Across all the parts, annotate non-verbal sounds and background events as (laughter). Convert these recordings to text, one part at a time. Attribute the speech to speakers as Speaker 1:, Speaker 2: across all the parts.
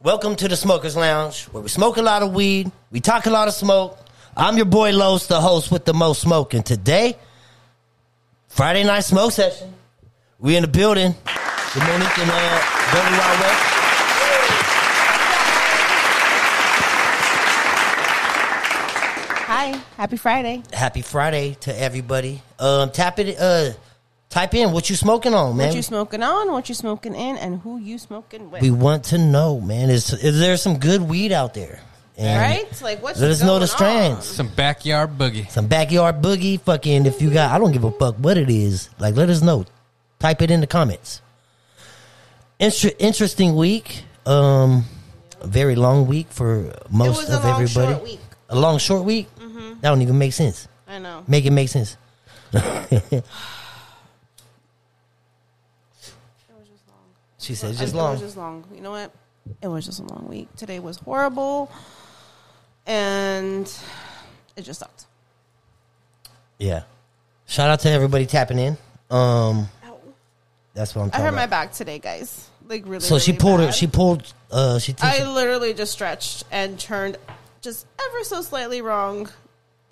Speaker 1: Welcome to the Smokers Lounge, where we smoke a lot of weed, we talk a lot of smoke. I'm your boy Los, the host with the most smoke, and today, Friday night smoke session. We in the building. Good morning, and uh, Dirty Wild West.
Speaker 2: Hi, happy Friday.
Speaker 1: Happy Friday to everybody. Um, tap it. Uh, type in what you smoking on, man.
Speaker 2: What you smoking on, what you smoking in, and who you smoking with.
Speaker 1: we want to know, man. Is is there some good weed out there? And
Speaker 2: right? Like, what's
Speaker 1: Let us know the
Speaker 2: going on?
Speaker 1: strands.
Speaker 3: Some backyard boogie.
Speaker 1: some backyard boogie fucking if you got i don't give a fuck what it is like let us know type it in the comments Inter- interesting week um a very long week for most
Speaker 2: was a
Speaker 1: of
Speaker 2: long,
Speaker 1: everybody
Speaker 2: short week. Mm-hmm.
Speaker 1: a long short week that don't even make sense
Speaker 2: I know.
Speaker 1: make it make sense (laughs)
Speaker 2: It was just long.
Speaker 1: she said it's just
Speaker 2: I- It was
Speaker 1: long
Speaker 2: just long. You know what? It was just a long week. Today was horrible, and it just sucked.
Speaker 1: yeah shout out to everybody tapping in um that's what i'm
Speaker 2: I
Speaker 1: talking
Speaker 2: hurt my
Speaker 1: about
Speaker 2: back today, guys. Like really.
Speaker 1: so she
Speaker 2: really
Speaker 1: pulled her
Speaker 2: bad.
Speaker 1: she pulled uh she
Speaker 2: I
Speaker 1: t-
Speaker 2: literally just stretched and turned just ever so slightly wrong.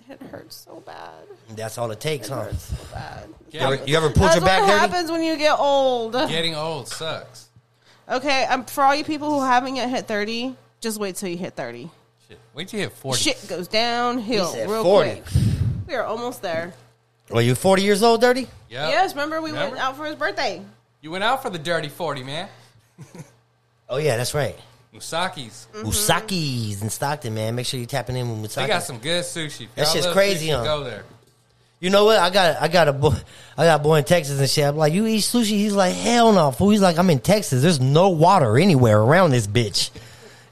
Speaker 2: It hurts so bad.
Speaker 1: that's all it takes huh
Speaker 2: Hurts so bad.
Speaker 1: you ever, you ever pulled
Speaker 2: That's
Speaker 1: your
Speaker 2: what
Speaker 1: back dirty?
Speaker 2: happens when you get old.
Speaker 3: Getting old sucks.
Speaker 2: Okay, um, for all you people who haven't yet hit 30, just wait till you hit 30.
Speaker 3: Shit. Wait till you hit 40.
Speaker 2: Shit goes downhill
Speaker 1: He said
Speaker 2: real
Speaker 1: 40.
Speaker 2: quick. We are almost there.
Speaker 1: Are you 40 years old, dirty?
Speaker 3: Yep.
Speaker 2: Yes, remember we
Speaker 3: Remember?
Speaker 2: went out for his birthday.
Speaker 3: You went out for the dirty 40, man.
Speaker 1: Oh yeah, that's right.
Speaker 3: Musaki's.
Speaker 1: Musaki's in Mm-hmm. Stockton, man. Make sure you tapping in with
Speaker 3: They
Speaker 2: Mm.
Speaker 1: Musaki.
Speaker 3: got some good sushi. If
Speaker 1: That
Speaker 3: y'all
Speaker 1: shit's
Speaker 3: love
Speaker 1: crazy,
Speaker 3: sushi,
Speaker 1: huh?
Speaker 3: Go there.
Speaker 1: you know what? I got I got a boy I got a boy in Texas and shit. I'm like, you eat sushi? He's like, hell no, fool. He's like, I'm in Texas. There's no water anywhere around this bitch.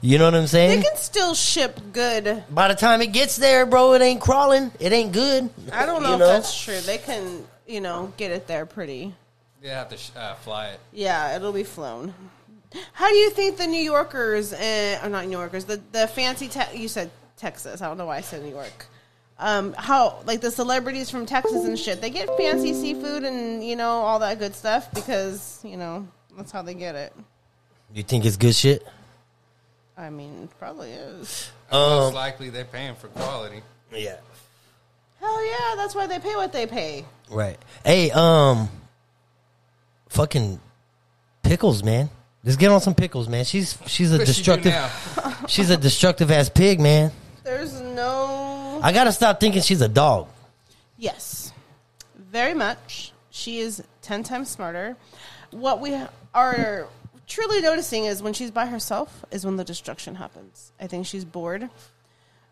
Speaker 1: You know what I'm
Speaker 2: They
Speaker 1: saying?
Speaker 2: can still ship good.
Speaker 1: By the time it gets there, bro, it ain't crawling. It ain't good.
Speaker 2: I don't know
Speaker 1: You
Speaker 2: if that's true. They can, you know, get it there pretty.
Speaker 3: You have to sh- uh, fly it.
Speaker 2: Yeah, it'll be flown. How do you think the New Yorkers and or not New Yorkers, the the fancy te- you said Texas. I don't know why I said New York. Um, how like the celebrities from Texas and shit, they get fancy seafood and you know all that good stuff because you know that's how they get it.
Speaker 1: You think it's good shit?
Speaker 2: I mean, it probably is.
Speaker 1: Um,
Speaker 3: Most likely they're paying for quality.
Speaker 1: Yeah.
Speaker 2: Hell yeah, that's why they pay what they pay.
Speaker 1: Right. Hey, um, fucking pickles, man. Just get on some pickles, man. She's she's a
Speaker 3: What you do
Speaker 1: destructive. (laughs)
Speaker 3: now?
Speaker 1: She's a destructive ass pig, man.
Speaker 2: There's no
Speaker 1: I gotta stop thinking she's a dog.
Speaker 2: Yes, very much. She is 10 times smarter. What we are truly noticing is when she's by herself is when the destruction happens. I think she's bored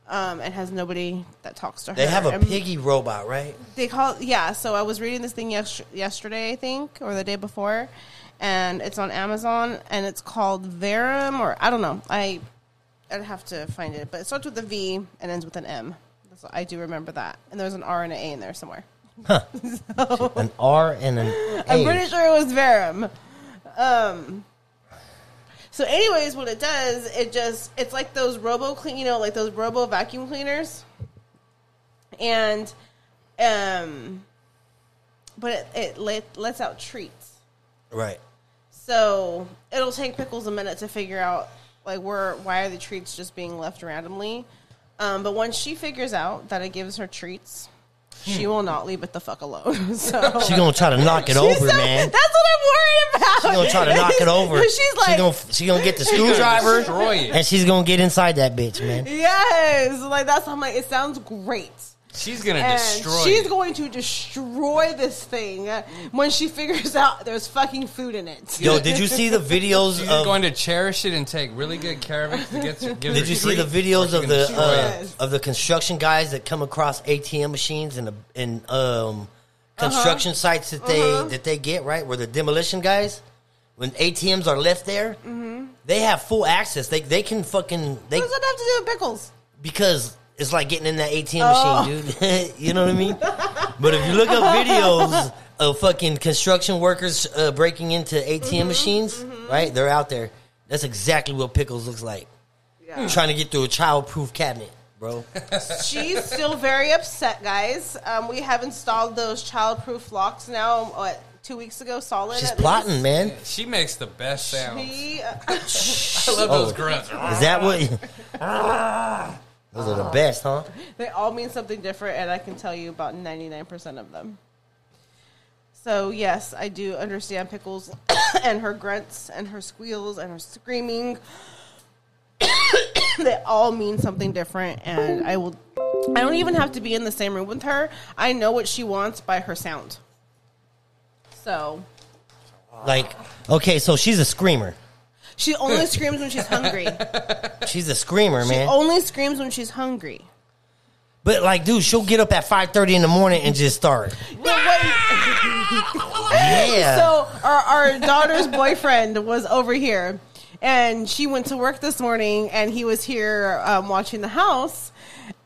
Speaker 2: um, and has nobody that talks to her.
Speaker 1: They have a
Speaker 2: And
Speaker 1: piggy robot, right?
Speaker 2: They call yeah. So I was reading this thing yes- yesterday, I think, or the day before, and it's on Amazon and it's called Verum or I don't know. I I'd have to find it, but it starts with a V and ends with an M. That's, I do remember that, and there's an R and an A in there somewhere.
Speaker 1: An R and an A.
Speaker 2: I'm pretty sure it was Verum. Um, so, anyways, what it does, it just it's like those robo clean, you know, like those robo vacuum cleaners, and um, but it, it let, lets out treats.
Speaker 1: Right.
Speaker 2: So it'll take Pickles a minute to figure out like where why are the treats just being left randomly. Um, but once she figures out that it gives her treats, She will not leave it the fuck alone. (laughs) So
Speaker 1: She gonna try to knock it
Speaker 2: She's
Speaker 1: over,
Speaker 2: so- (laughs)
Speaker 1: man.
Speaker 2: That's what I'm worried about.
Speaker 1: She gonna try to knock
Speaker 2: (laughs)
Speaker 1: it over.
Speaker 2: She's like,
Speaker 1: she gonna, she gonna
Speaker 2: (laughs)
Speaker 1: get the
Speaker 3: gonna
Speaker 1: screwdriver
Speaker 3: destroy it.
Speaker 1: and she's gonna get inside that bitch, man.
Speaker 2: yes, like that's. I'm like, it sounds great.
Speaker 3: She's gonna
Speaker 2: And
Speaker 3: destroy.
Speaker 2: she's
Speaker 3: it.
Speaker 2: going to destroy this thing uh, when she figures (laughs) out there's fucking food in it.
Speaker 1: Yo, did you see the videos
Speaker 3: She's
Speaker 1: of?
Speaker 3: going to cherish it and take really good care of it to
Speaker 1: (laughs)
Speaker 3: get to give her
Speaker 1: Um, Did you see the
Speaker 3: treat,
Speaker 1: videos
Speaker 3: or
Speaker 1: of
Speaker 3: she's gonna
Speaker 1: the
Speaker 3: destroy
Speaker 1: uh,
Speaker 2: Yes.
Speaker 1: of the construction guys that come across ATM machines and the- and um,
Speaker 2: Uh-huh.
Speaker 1: construction sites that they that they get right? Where the demolition guys, when ATMs are left there, they have full access. They they can fucking they
Speaker 2: Mm-hmm. What does that have to do with pickles?
Speaker 1: because it's like getting in that ATM
Speaker 2: Oh.
Speaker 1: machine, dude. (laughs) you know what I mean? But if you look up
Speaker 2: (laughs)
Speaker 1: videos of fucking construction workers uh, breaking into ATM
Speaker 2: Mm-hmm.
Speaker 1: machines, right? They're out there. That's exactly what pickles looks like. Trying to get through a childproof cabinet, bro.
Speaker 2: (laughs) She's still very upset, guys. Um, we have installed those childproof locks now. What two weeks ago? Solid.
Speaker 1: She's
Speaker 2: at
Speaker 1: plotting, man.
Speaker 3: it. She makes the best sound.
Speaker 2: least.
Speaker 3: I
Speaker 2: She, uh,
Speaker 3: love
Speaker 1: Oh.
Speaker 3: those grunts.
Speaker 1: Is that
Speaker 2: (laughs)
Speaker 1: what? (laughs) Those are the best, huh?
Speaker 2: They all mean something different, and I can tell you about 99% of them. So, yes, I do understand Pickles (coughs) and her grunts and her squeals and her screaming. (coughs) they all mean something different, and I will. I don't even have to be in the same room with her. I know what she wants by her sound. So,
Speaker 1: Like, okay, so she's a screamer.
Speaker 2: she only screams when she's hungry.
Speaker 1: She's a screamer,
Speaker 2: She
Speaker 1: man.
Speaker 2: only screams when she's hungry.
Speaker 1: But like, dude, she'll get up at five thirty in the morning and just start.
Speaker 2: No, wait.
Speaker 1: (laughs) Yeah.
Speaker 2: So our, our daughter's boyfriend was over here, and she went to work this morning, and he was here um, watching the house,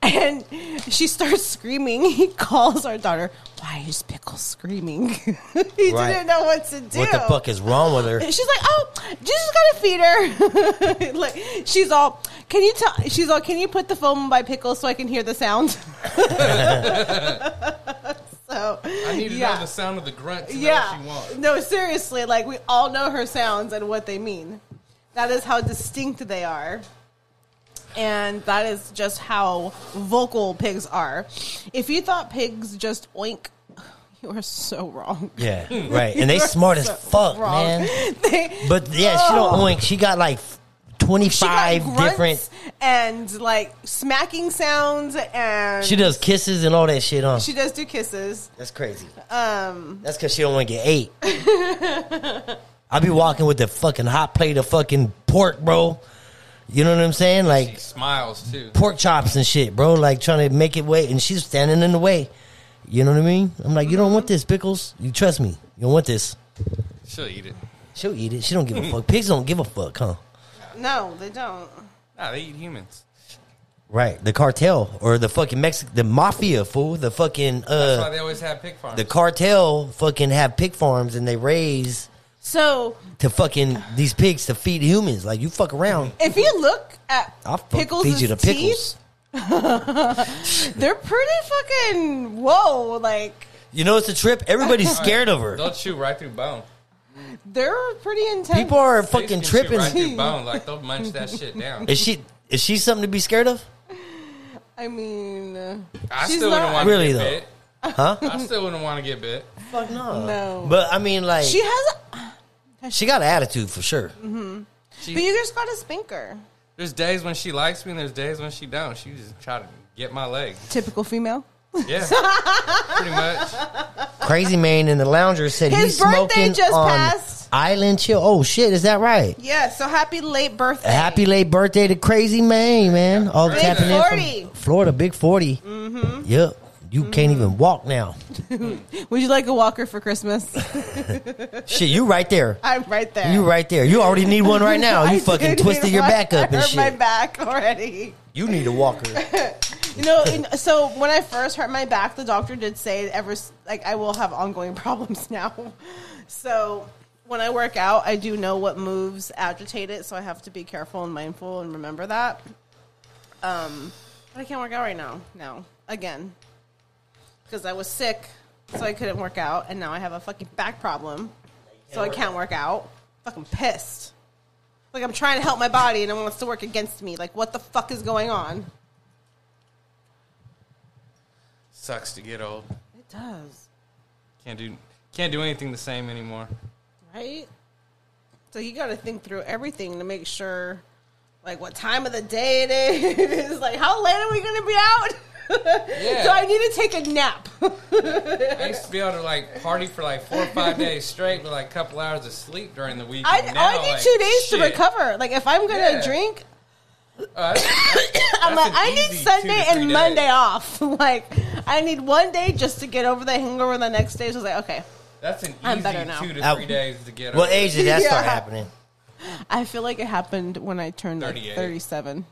Speaker 2: and she starts screaming. (laughs) He calls our daughter. Why is Pickle screaming? (laughs) he
Speaker 1: Right.
Speaker 2: didn't know what to do.
Speaker 1: what the fuck is wrong with her?
Speaker 2: (laughs) And She's like, oh, you just gotta feed her. (laughs) like she's all, can you tell? She's all, can you put the phone by pickle so I can hear the sound? (laughs) so
Speaker 3: I need to
Speaker 2: yeah.
Speaker 3: know the sound of the grunt to know
Speaker 2: Yeah.
Speaker 3: what she wants.
Speaker 2: No, seriously, like we all know her sounds and what they mean. That is how distinct they are. And that is just how vocal pigs are. If you thought pigs just oink, (sighs) you are so wrong.
Speaker 1: Yeah, right. And they
Speaker 2: You're
Speaker 1: smart as
Speaker 2: so
Speaker 1: fuck,
Speaker 2: wrong.
Speaker 1: man.
Speaker 2: (laughs) They-
Speaker 1: But yeah, she don't
Speaker 2: Oh.
Speaker 1: oink. She got like
Speaker 2: She got
Speaker 1: 25
Speaker 2: grunts
Speaker 1: different.
Speaker 2: and like smacking sounds and
Speaker 1: She does kisses and all that shit, huh?
Speaker 2: she does do kisses.
Speaker 1: That's crazy. Um, That's because she don't want to get ate. I'll be walking with the fucking hot plate of fucking pork, bro. You know what I'm saying?
Speaker 3: She
Speaker 1: Like
Speaker 3: smiles too.
Speaker 1: pork chops and shit, bro. Like trying to make it wait, and she's standing in the way. You know what I mean? I'm like, you don't want this, Pickles. You trust me. You don't want this.
Speaker 3: She'll eat it.
Speaker 1: She'll eat it. She don't give a fuck. Pigs don't give a fuck, huh?
Speaker 2: No, they don't.
Speaker 3: Nah, they eat humans.
Speaker 1: Right, the cartel or the fucking Mexican, the mafia fool, the fucking
Speaker 3: That's why
Speaker 1: uh,
Speaker 3: they always have pig farms.
Speaker 1: the cartel fucking have pig farms and they raise
Speaker 2: So
Speaker 1: to fucking these pigs to feed humans. Like you fuck around,
Speaker 2: if
Speaker 1: (laughs)
Speaker 2: you look at
Speaker 1: I'll fuck
Speaker 2: pickles,
Speaker 1: feed you the pickles.
Speaker 2: teeth, they're pretty fucking whoa. Like
Speaker 1: You know it's a trip. Everybody's scared of her.
Speaker 3: They'll chew right through bone.
Speaker 2: they're pretty intense.
Speaker 1: People are
Speaker 3: They
Speaker 1: fucking
Speaker 3: can chew
Speaker 1: tripping.
Speaker 3: right through bone. Like they'll munch that shit down.
Speaker 1: Is she is she something to be scared of?
Speaker 2: I mean,
Speaker 3: I
Speaker 2: she's
Speaker 3: still wouldn't
Speaker 2: not.
Speaker 3: want to
Speaker 1: Really,
Speaker 3: get
Speaker 1: though.
Speaker 3: bit. Huh? I still wouldn't want to get bit.
Speaker 1: Fuck no.
Speaker 2: No.
Speaker 1: But I mean, like
Speaker 2: She Mm-hmm.
Speaker 1: she,
Speaker 2: has.
Speaker 1: got an attitude for sure.
Speaker 3: She,
Speaker 2: But you just got a spinker.
Speaker 3: there's days when she likes me, and there's days when she don't. She just try to get my leg.
Speaker 2: Typical female.
Speaker 3: Yeah, pretty much.
Speaker 1: Crazy man in the lounger said
Speaker 2: His
Speaker 1: he's
Speaker 2: birthday
Speaker 1: smoking
Speaker 2: just
Speaker 1: on
Speaker 2: passed.
Speaker 1: Island Chill. Oh shit, is that right?
Speaker 2: Yeah. So happy late birthday.
Speaker 1: A happy late birthday to Crazy Maine, man. All
Speaker 2: Big
Speaker 1: tapping in
Speaker 2: 40.
Speaker 1: from Florida, Big 40. Mm-hmm. Yep. You
Speaker 2: Mm-hmm.
Speaker 1: can't even walk now.
Speaker 2: Would you like a walker for Christmas?
Speaker 1: shit, you right there.
Speaker 2: (laughs) I'm right there. (laughs)
Speaker 1: You right there. You already need one right now.
Speaker 2: I
Speaker 1: You
Speaker 2: do
Speaker 1: fucking
Speaker 2: need
Speaker 1: twisted your
Speaker 2: one.
Speaker 1: back up
Speaker 2: (laughs)
Speaker 1: and
Speaker 2: I hurt my
Speaker 1: shit.
Speaker 2: back already.
Speaker 1: You need a walker.
Speaker 2: You know, and so when I first hurt my back, the doctor did say ever s- like I will have ongoing (laughs) problems now. So when I work out, I do know what moves agitate it, so I have to be careful and mindful and remember that. Um, but I can't work out right now. No, again, because I was sick, so I couldn't work out, and now I have a fucking back problem, so I can't work out. Fucking pissed. Like I'm trying to help my body, and it wants to work against me. Like what the fuck is going on?
Speaker 3: Sucks to get old.
Speaker 2: It does,
Speaker 3: Can't do can't do anything the same anymore.
Speaker 2: right? So you got to think through everything to make sure, like, what time of the day it is. (laughs) like, how late are we going to be out? (laughs)
Speaker 3: Yeah.
Speaker 2: so I need to take a nap. (laughs)
Speaker 3: I used to be able to like party for like four or five days straight with like a couple hours of sleep during the week.
Speaker 2: I,
Speaker 3: and
Speaker 2: I
Speaker 3: now,
Speaker 2: need
Speaker 3: like,
Speaker 2: two days to
Speaker 3: shit.
Speaker 2: recover. Like, if I'm going to
Speaker 3: Yeah.
Speaker 2: drink,
Speaker 3: Uh, (coughs) that's-
Speaker 2: (coughs) I'm like,
Speaker 3: That's an
Speaker 2: I need
Speaker 3: easy two
Speaker 2: Sunday
Speaker 3: to three
Speaker 2: and Monday
Speaker 3: days.
Speaker 2: off. (laughs) like, I need one day just to get over the hangover the next day. So I was like, okay,
Speaker 3: that's an
Speaker 2: I'm
Speaker 3: easy
Speaker 2: better now.
Speaker 3: two to
Speaker 1: Out.
Speaker 3: three days to get
Speaker 1: What
Speaker 3: over.
Speaker 1: age did that start
Speaker 2: Yeah.
Speaker 1: happening?
Speaker 2: I feel like it happened when I turned like
Speaker 3: 38.
Speaker 2: 37.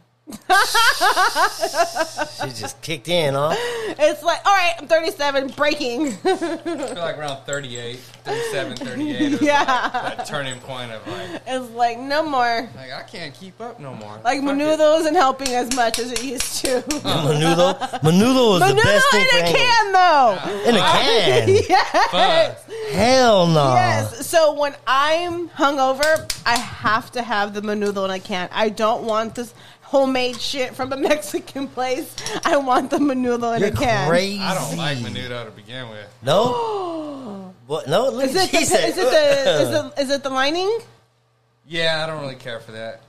Speaker 1: She just kicked in, huh?
Speaker 2: It's like, all right, I'm 37, breaking. (laughs)
Speaker 3: I feel like around 38, 37, 38 was
Speaker 2: yeah.
Speaker 3: that turning point of like,
Speaker 2: It's like, no more.
Speaker 3: like I can't keep up no more.
Speaker 2: Like,
Speaker 3: Fuck it.
Speaker 2: Menudo isn't helping as much as it used to.
Speaker 1: Menudo. Menudo is
Speaker 2: Menudo in
Speaker 1: the best thing for
Speaker 2: a
Speaker 1: hanging.
Speaker 2: can, (laughs) though.
Speaker 1: In a
Speaker 2: (laughs)
Speaker 1: can.
Speaker 2: Yes.
Speaker 3: Fuck.
Speaker 1: Hell no.
Speaker 2: Yes. So when I'm hungover, I have to have the menudo and I can't. I don't want this homemade shit from a (laughs) Mexican place. I want the menudo in
Speaker 1: You're
Speaker 2: a can.
Speaker 1: crazy.
Speaker 3: I don't like menudo to begin with.
Speaker 1: No. What? No. Look,
Speaker 2: (gasps) Is it, the,
Speaker 1: she
Speaker 2: is,
Speaker 1: said, uh,
Speaker 2: it the, is, it, is it the lining?
Speaker 3: Oh, Yeah, I don't really care for that.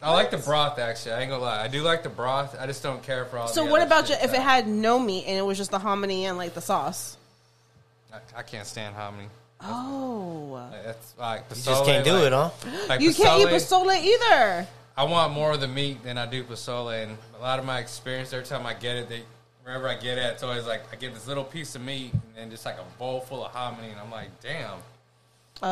Speaker 3: I like the broth actually. I ain't gonna lie. I do like the broth. I just don't care for all.
Speaker 2: So
Speaker 3: the
Speaker 2: what
Speaker 3: other
Speaker 2: about you,
Speaker 3: shit,
Speaker 2: if it
Speaker 3: though.
Speaker 2: had no meat and it was just the hominy and like the sauce?
Speaker 3: I, I can't stand hominy.
Speaker 2: Oh.
Speaker 3: That's like
Speaker 1: You just can't do it, huh?
Speaker 3: Like
Speaker 2: You can't eat
Speaker 3: pozole.
Speaker 2: pasole either.
Speaker 3: I want more of the meat than I do pasole, and a lot of my experience every time I get it, they wherever I get it, it's always like I get this little piece of meat and then just like a bowl full of hominy, and I'm like, damn, this is a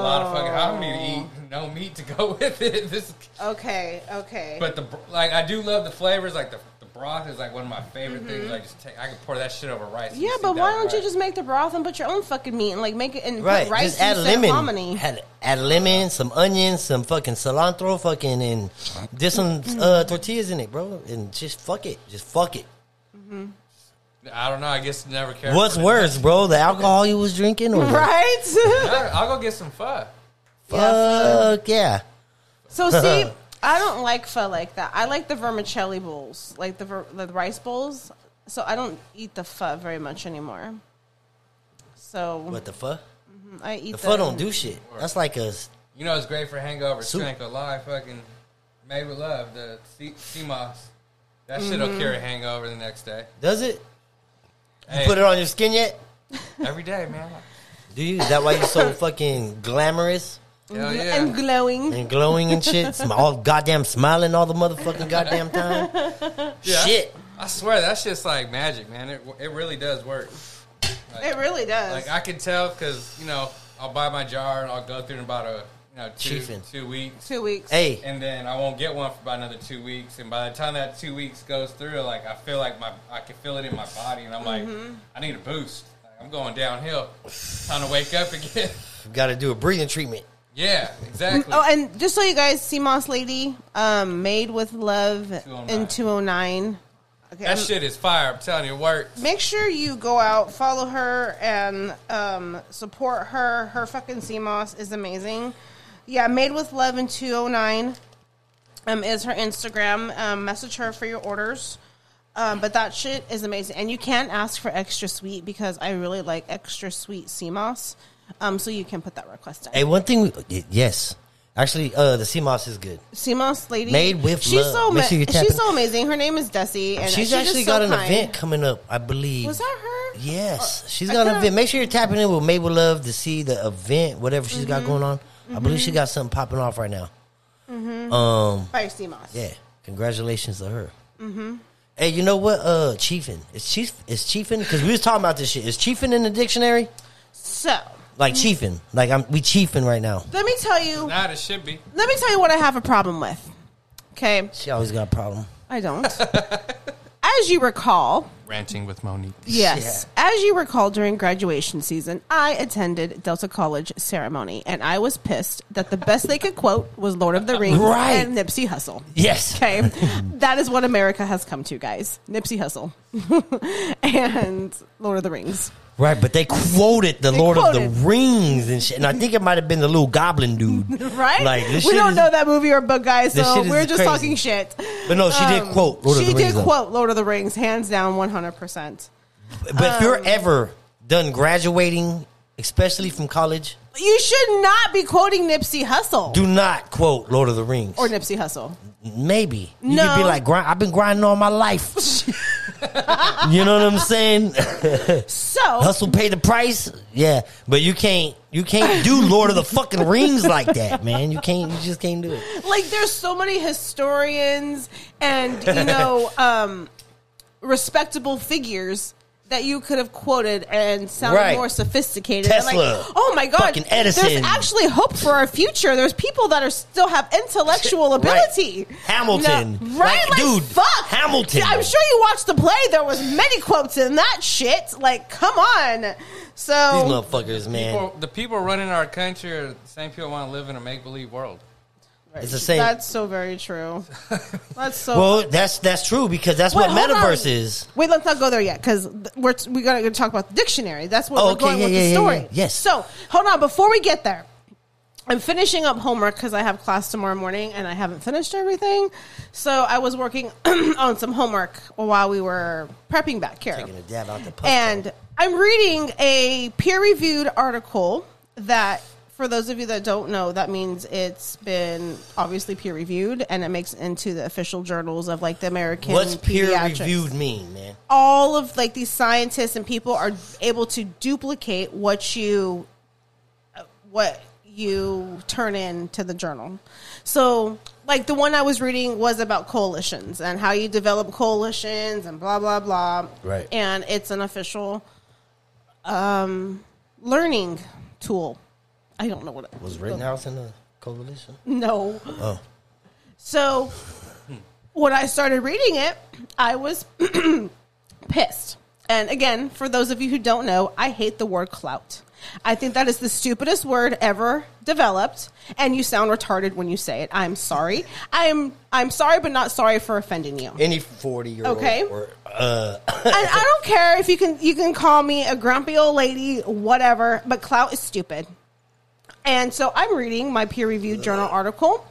Speaker 3: lot of fucking hominy to eat, and
Speaker 2: Oh.
Speaker 3: no meat to go (laughs) with it. This, is-
Speaker 2: Okay, okay.
Speaker 3: but the br- like I do love the flavors, like the. the Broth is like one of my favorite things. I just take, I can pour that shit over rice. and
Speaker 2: Mm-hmm. yeah,
Speaker 3: just eat
Speaker 2: but
Speaker 3: that
Speaker 2: why
Speaker 3: with
Speaker 2: don't you
Speaker 3: rice.
Speaker 2: just make the broth and put your own fucking meat and like make it and
Speaker 1: Right.
Speaker 2: put rice
Speaker 1: just add
Speaker 2: instead
Speaker 1: lemon.
Speaker 2: of hominy? (laughs)
Speaker 1: Add, add lemon, some onions, some fucking cilantro, fucking, and there's some uh, tortillas in it, bro. And just fuck it. Just fuck it.
Speaker 3: I don't know. I guess never care.
Speaker 1: What's worse, bro? The alcohol you was drinking, or the-
Speaker 2: (laughs) Right? (laughs)
Speaker 3: I'll go get some pho.
Speaker 1: fuck yeah. (laughs)
Speaker 2: So see, I don't like pho like that. I like the vermicelli bowls, like the ver- the rice bowls. So I don't eat the pho very much anymore. So
Speaker 1: What the fuck?
Speaker 2: I eat
Speaker 1: The pho don't do shit. That's like a
Speaker 3: You know, it's great for hangovers.
Speaker 1: Soup.
Speaker 3: Soup. Ain't gonna lie, fucking made with love. The sea sea moss. That shit'll cure a hangover the next day.
Speaker 1: does it?
Speaker 3: Hey,
Speaker 1: Put it on your skin yet?
Speaker 3: every day, man.
Speaker 1: Do you? Is that why you so
Speaker 2: (laughs)
Speaker 1: fucking glamorous
Speaker 3: Hell
Speaker 2: gl-
Speaker 3: yeah.
Speaker 2: Mm-hmm. and glowing.
Speaker 1: and glowing and shit? Sm- all goddamn smiling all the motherfucking goddamn
Speaker 2: (laughs)
Speaker 1: time.
Speaker 3: Yeah.
Speaker 1: Shit.
Speaker 3: I swear that shit's like magic, man. It it really does work.
Speaker 2: It really does.
Speaker 3: Like I can tell because you know I'll buy my jar and I'll go through in about a you know two
Speaker 1: Chiefin'.
Speaker 3: two weeks.
Speaker 2: Two weeks.
Speaker 1: Hey,
Speaker 3: and then I won't get one for about another two weeks. And by the time that two weeks goes through, like I feel like my I can feel it in my body, and I'm like,
Speaker 1: Mm-hmm.
Speaker 3: I need a boost. Like, I'm going downhill. Time to wake up again. (laughs)
Speaker 1: got to do a breathing treatment.
Speaker 3: yeah, exactly.
Speaker 2: Oh, and just so you guys, CMOS Lady, um, Made with Love
Speaker 3: 209.
Speaker 2: in 209. Okay,
Speaker 3: that
Speaker 2: I'm-
Speaker 3: shit is fire. I'm telling you, it works.
Speaker 2: make sure you go out, follow her, and um, support her. Her fucking CMOS is amazing. Yeah, Made with Love in 209 um, is her Instagram. Um, message her for your orders. Um, but that shit is amazing. And you can ask for extra sweet because I really like extra sweet CMOS. Um, so you can put that request in.
Speaker 1: Hey, one thing. We, y- yes, actually, uh, the sea moss is good.
Speaker 2: CMOS lady.
Speaker 1: Made with
Speaker 2: she's
Speaker 1: love.
Speaker 2: So ama-
Speaker 1: Make sure you tap
Speaker 2: she's
Speaker 1: in.
Speaker 2: so amazing. Her name is Desi. And
Speaker 1: She's
Speaker 2: just
Speaker 1: actually
Speaker 2: so
Speaker 1: got an
Speaker 2: kind.
Speaker 1: event coming up, I believe.
Speaker 2: Was that her?
Speaker 1: Yes, she's
Speaker 2: Uh, I
Speaker 1: got an
Speaker 2: could've-
Speaker 1: event. Make sure you're tapping in with Mabel Love to see the event, whatever she's
Speaker 2: Mm-hmm.
Speaker 1: got going on. I believe she got something popping off right now.
Speaker 2: Mm-hmm.
Speaker 1: Um,
Speaker 2: Fire CMOS.
Speaker 1: yeah, congratulations to her. Mm-hmm. Hey, you know what? Uh, chiefin is chief is chiefin because we was talking about this shit. Is chiefin in the dictionary?
Speaker 2: So
Speaker 1: Like
Speaker 2: Mm.
Speaker 1: chiefin, like I'm we chiefin right now.
Speaker 2: let me tell you.
Speaker 3: Not it should be.
Speaker 2: Let me tell you what I have a problem with. Okay,
Speaker 1: She always got a problem. (laughs)
Speaker 2: I don't. As you recall,
Speaker 3: Ranting with Monique.
Speaker 2: Yes. As you recall, during graduation season, I attended Delta College ceremony, and I was pissed that the best they could quote was Lord of the Rings
Speaker 1: Right.
Speaker 2: and Nipsey Hussle.
Speaker 1: Yes.
Speaker 2: Okay. that is what America has come to, guys. Nipsey Hussle (laughs) and Lord of the Rings.
Speaker 1: Right, but they quoted the Lord of
Speaker 2: quoted.
Speaker 1: the Rings and shit, and I think it might have been the little goblin dude,
Speaker 2: (laughs) Right?
Speaker 1: Like this
Speaker 2: we
Speaker 1: shit
Speaker 2: don't
Speaker 1: is-
Speaker 2: know that movie or book, guys,
Speaker 1: this
Speaker 2: so
Speaker 1: shit is
Speaker 2: we're just
Speaker 1: crazy.
Speaker 2: talking shit.
Speaker 1: But no, she did quote Lord of
Speaker 2: Um, she
Speaker 1: the Rings.
Speaker 2: did
Speaker 1: though.
Speaker 2: quote Lord of the Rings, hands down, 100%.
Speaker 1: But if
Speaker 2: Um.
Speaker 1: you're ever done graduating, especially from college,
Speaker 2: You should not be quoting Nipsey Hussle
Speaker 1: do not quote Lord of the Rings.
Speaker 2: or Nipsey Hussle.
Speaker 1: Maybe you
Speaker 2: No.
Speaker 1: could be like, grind, I've been grinding all my life.
Speaker 2: (laughs)
Speaker 1: you know what I'm saying?
Speaker 2: So
Speaker 1: Hustle, pay the price. Yeah, but you can't, you can't do Lord of the fucking Rings like that, man. You can't, you just can't do it.
Speaker 2: like there's so many historians and
Speaker 1: (laughs)
Speaker 2: you know um respectable figures that you could have quoted and sounded
Speaker 1: Right.
Speaker 2: more sophisticated
Speaker 1: Tesla.
Speaker 2: like oh my god
Speaker 1: Fucking Edison.
Speaker 2: there's actually hope for our future there's people that are still have intellectual
Speaker 1: (laughs) Right.
Speaker 2: ability
Speaker 1: Hamilton.
Speaker 2: No, right
Speaker 1: Like,
Speaker 2: like,
Speaker 1: dude,
Speaker 2: fuck
Speaker 1: Hamilton.
Speaker 2: i'm sure you watched the play there was many quotes in that shit like come on
Speaker 1: These
Speaker 2: so
Speaker 1: motherfuckers, man.
Speaker 3: People, the people running our country are the same people want to live in a make believe world.
Speaker 1: It's the same.
Speaker 2: that's so very true that's so
Speaker 1: Well, that's that's true because that's
Speaker 2: Wait,
Speaker 1: what
Speaker 2: hold on.
Speaker 1: metaverse is.
Speaker 2: Wait, let's not go there yet because we're we gotta go talk about the dictionary. That's what
Speaker 1: Oh,
Speaker 2: we're
Speaker 1: okay,
Speaker 2: going
Speaker 1: yeah,
Speaker 2: with
Speaker 1: yeah, yeah,
Speaker 2: the story.
Speaker 1: yeah. Yes.
Speaker 2: So hold on before we get there. I'm finishing up homework because I have class tomorrow morning and I haven't finished everything. So I was working (clears throat) on some homework while we were prepping back here.
Speaker 1: Taking a dab out the puff,
Speaker 2: And I'm reading a peer reviewed article that, for those of you that don't know, that means it's been obviously peer reviewed and it makes into the official journals of like the American.
Speaker 1: What's peer
Speaker 2: Pediatrics
Speaker 1: reviewed mean, man?
Speaker 2: all of like these scientists and people are able to duplicate what you what you turn in to the journal. So like the one I was reading was about coalitions and how you develop coalitions and blah blah blah.
Speaker 1: Right.
Speaker 2: And it's an official um learning tool. I don't know what it
Speaker 1: Was Rittenhouse in the coalition?
Speaker 2: (laughs) No.
Speaker 1: Oh,
Speaker 2: So when I started reading it, I was (clears throat) pissed. And again, for those of you who don't know, I hate the word clout. I think that is the stupidest word ever developed, and you sound retarded when you say it. I'm sorry. I'm I'm sorry, but not sorry for offending you.
Speaker 1: any forty year old.
Speaker 2: Okay.
Speaker 1: Or, uh,
Speaker 2: and I don't care if you can you can call me a grumpy old lady, whatever, but clout is stupid. And so I'm reading my peer reviewed journal article,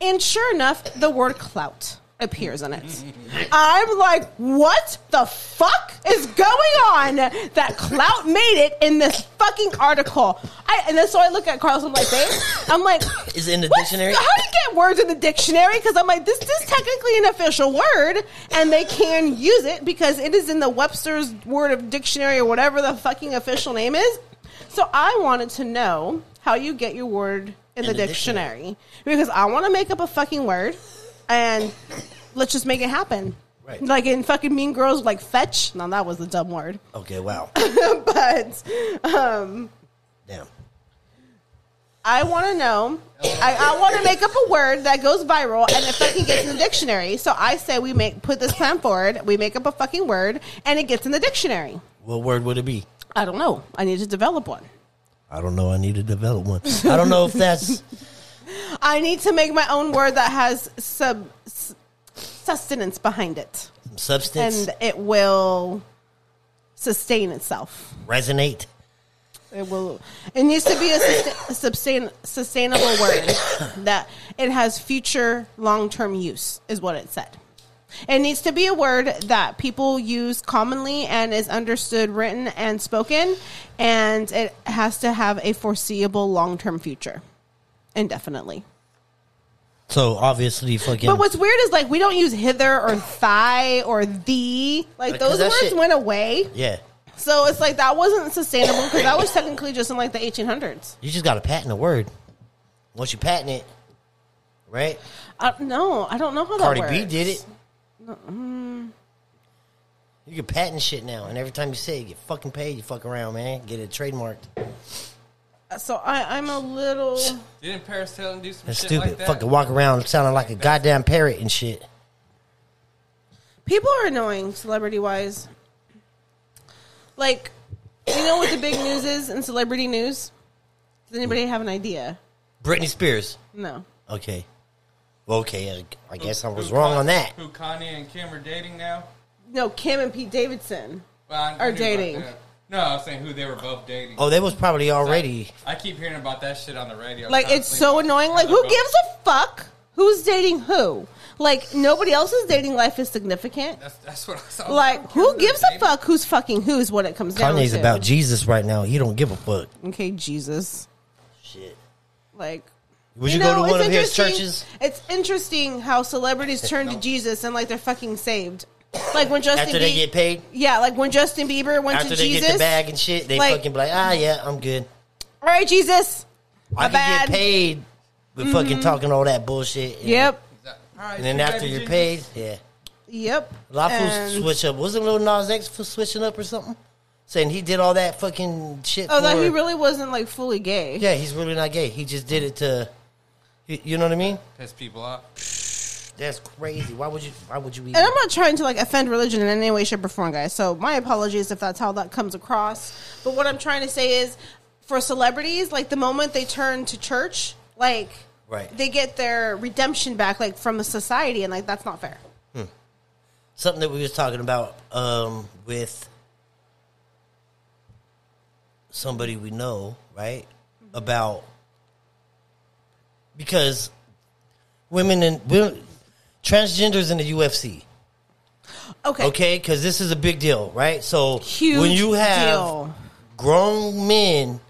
Speaker 2: and sure enough, the word clout appears in it. I'm like, what the fuck is going on that clout made it in this fucking article? I, and then so I look at Carlos, I'm like, babe, I'm like,
Speaker 1: Is it in the
Speaker 2: what's-
Speaker 1: dictionary?
Speaker 2: How do you get words in the dictionary? Because I'm like, this is technically an official word, and they can use it because it is in the Webster's Word of Dictionary or whatever the fucking official name is. So I wanted to know how you get your word in, the,
Speaker 1: the
Speaker 2: dictionary.
Speaker 1: dictionary.
Speaker 2: because I want to make up a fucking word and let's just make it happen.
Speaker 1: Right.
Speaker 2: Like in fucking Mean Girls, like fetch. No, that was a dumb word. (laughs)
Speaker 1: okay. Wow.
Speaker 2: But
Speaker 1: Damn.
Speaker 2: I want to know. I, I want to make up a word that goes viral and it fucking gets in the dictionary. So I say we make put this plan forward. We make up a fucking word and it gets in the dictionary.
Speaker 1: What word would it be?
Speaker 2: I don't know. I need to develop one.
Speaker 1: I don't know. I need to develop one. I don't know if
Speaker 2: (laughs)
Speaker 1: that's
Speaker 2: I need to make my own word that has sub s- sustenance behind it,
Speaker 1: some substance
Speaker 2: and it will sustain itself.
Speaker 1: resonate.
Speaker 2: It will. It needs to be a, sustain, a sustain, sustainable word that it has future long term use, is what it said. It needs to be a word that people use commonly and is understood, written, and spoken, and it has to have a foreseeable long term future indefinitely.
Speaker 1: So obviously, fucking.
Speaker 2: But what's weird is like we don't use hither or thigh or the like
Speaker 1: Because
Speaker 2: those
Speaker 1: that
Speaker 2: words
Speaker 1: shit-
Speaker 2: went away.
Speaker 1: yeah,
Speaker 2: So it's like that wasn't sustainable because that was technically just in like the 1800s.
Speaker 1: you just got to patent a word. Once you patent it, right?
Speaker 2: Uh, no, I don't know how that
Speaker 1: Cardi
Speaker 2: works.
Speaker 1: B did it. You can patent shit now, and every time you say it, you get fucking paid. You fuck around, man. Get it trademarked.
Speaker 2: So I, I'm a little.
Speaker 3: Didn't Paris Hilton do some
Speaker 1: That's
Speaker 3: shit
Speaker 1: stupid.
Speaker 3: like that?
Speaker 1: Fucking walk around sounding like a goddamn parrot and shit.
Speaker 2: People are annoying, celebrity wise. Like, you know what the big news is in celebrity news? Does anybody have an idea?
Speaker 1: Britney Spears.
Speaker 2: No.
Speaker 1: Okay. Well, okay. I, I guess I was
Speaker 2: Mm,
Speaker 3: Who
Speaker 1: wrong
Speaker 3: Con-
Speaker 1: on that.
Speaker 3: Who Kanye and Kim are dating now?
Speaker 2: No, Kim and Pete Davidson.
Speaker 3: Well,
Speaker 2: Are
Speaker 3: I- I knew about
Speaker 2: dating.
Speaker 3: that. No, I was saying who they were both dating.
Speaker 1: Oh, they was probably already.
Speaker 3: I keep hearing about that shit on the radio.
Speaker 2: Like, it's so annoying. Like, who gives a fuck who's dating who? Like nobody else's dating life is significant.
Speaker 3: That's that's what I saw.
Speaker 2: Like who gives a fuck who's fucking who's when it comes down
Speaker 1: Kanye's
Speaker 2: to
Speaker 1: about Jesus right now. He don't give a fuck.
Speaker 2: okay Jesus
Speaker 1: Shit.
Speaker 2: like.
Speaker 1: Would you, go to
Speaker 2: it's
Speaker 1: one of his
Speaker 2: interesting-
Speaker 1: churches?
Speaker 2: It's interesting how celebrities turn to
Speaker 3: No.
Speaker 2: Jesus and like they're fucking saved. Like when Justin
Speaker 1: After they
Speaker 2: Bie-
Speaker 1: get paid?
Speaker 2: yeah, like when Justin Bieber went
Speaker 1: After
Speaker 2: to
Speaker 1: they
Speaker 2: Jesus.
Speaker 1: get the bag and shit, they
Speaker 2: like-
Speaker 1: fucking be like, ah, yeah, I'm good.
Speaker 2: All right, Jesus.
Speaker 1: I
Speaker 2: My
Speaker 1: can
Speaker 2: bad. Mm-hmm.
Speaker 1: get paid with fucking talking all that bullshit. and-
Speaker 2: Yep.
Speaker 1: And then after you're paid, yeah.
Speaker 2: Yep.
Speaker 1: A lot of
Speaker 2: And-
Speaker 1: fools switch up. Wasn't Lil Nas X for switching up or something? Saying he did all that fucking shit.
Speaker 2: Oh, that
Speaker 1: for-
Speaker 2: he really wasn't like fully gay.
Speaker 1: Yeah, he's really not gay. He just did it to. you- You know what I mean?
Speaker 3: piss people off.
Speaker 1: That's crazy. Why would you? Why would you even?
Speaker 2: And I'm not trying to like offend religion in any way, shape, or form, guys. So my apologies if that's how that comes across. But what I'm trying to say is, for celebrities, like the moment they turn to church, like
Speaker 1: Right.
Speaker 2: they get their redemption back, like from the society, and like that's not fair.
Speaker 1: something that we was talking about um, with somebody we know, right?
Speaker 2: Mm-hmm.
Speaker 1: About because women and women, transgenders in the UFC,
Speaker 2: Okay.
Speaker 1: okay? Because this is a big deal, right? So
Speaker 2: Huge
Speaker 1: when you have
Speaker 2: deal.
Speaker 1: grown men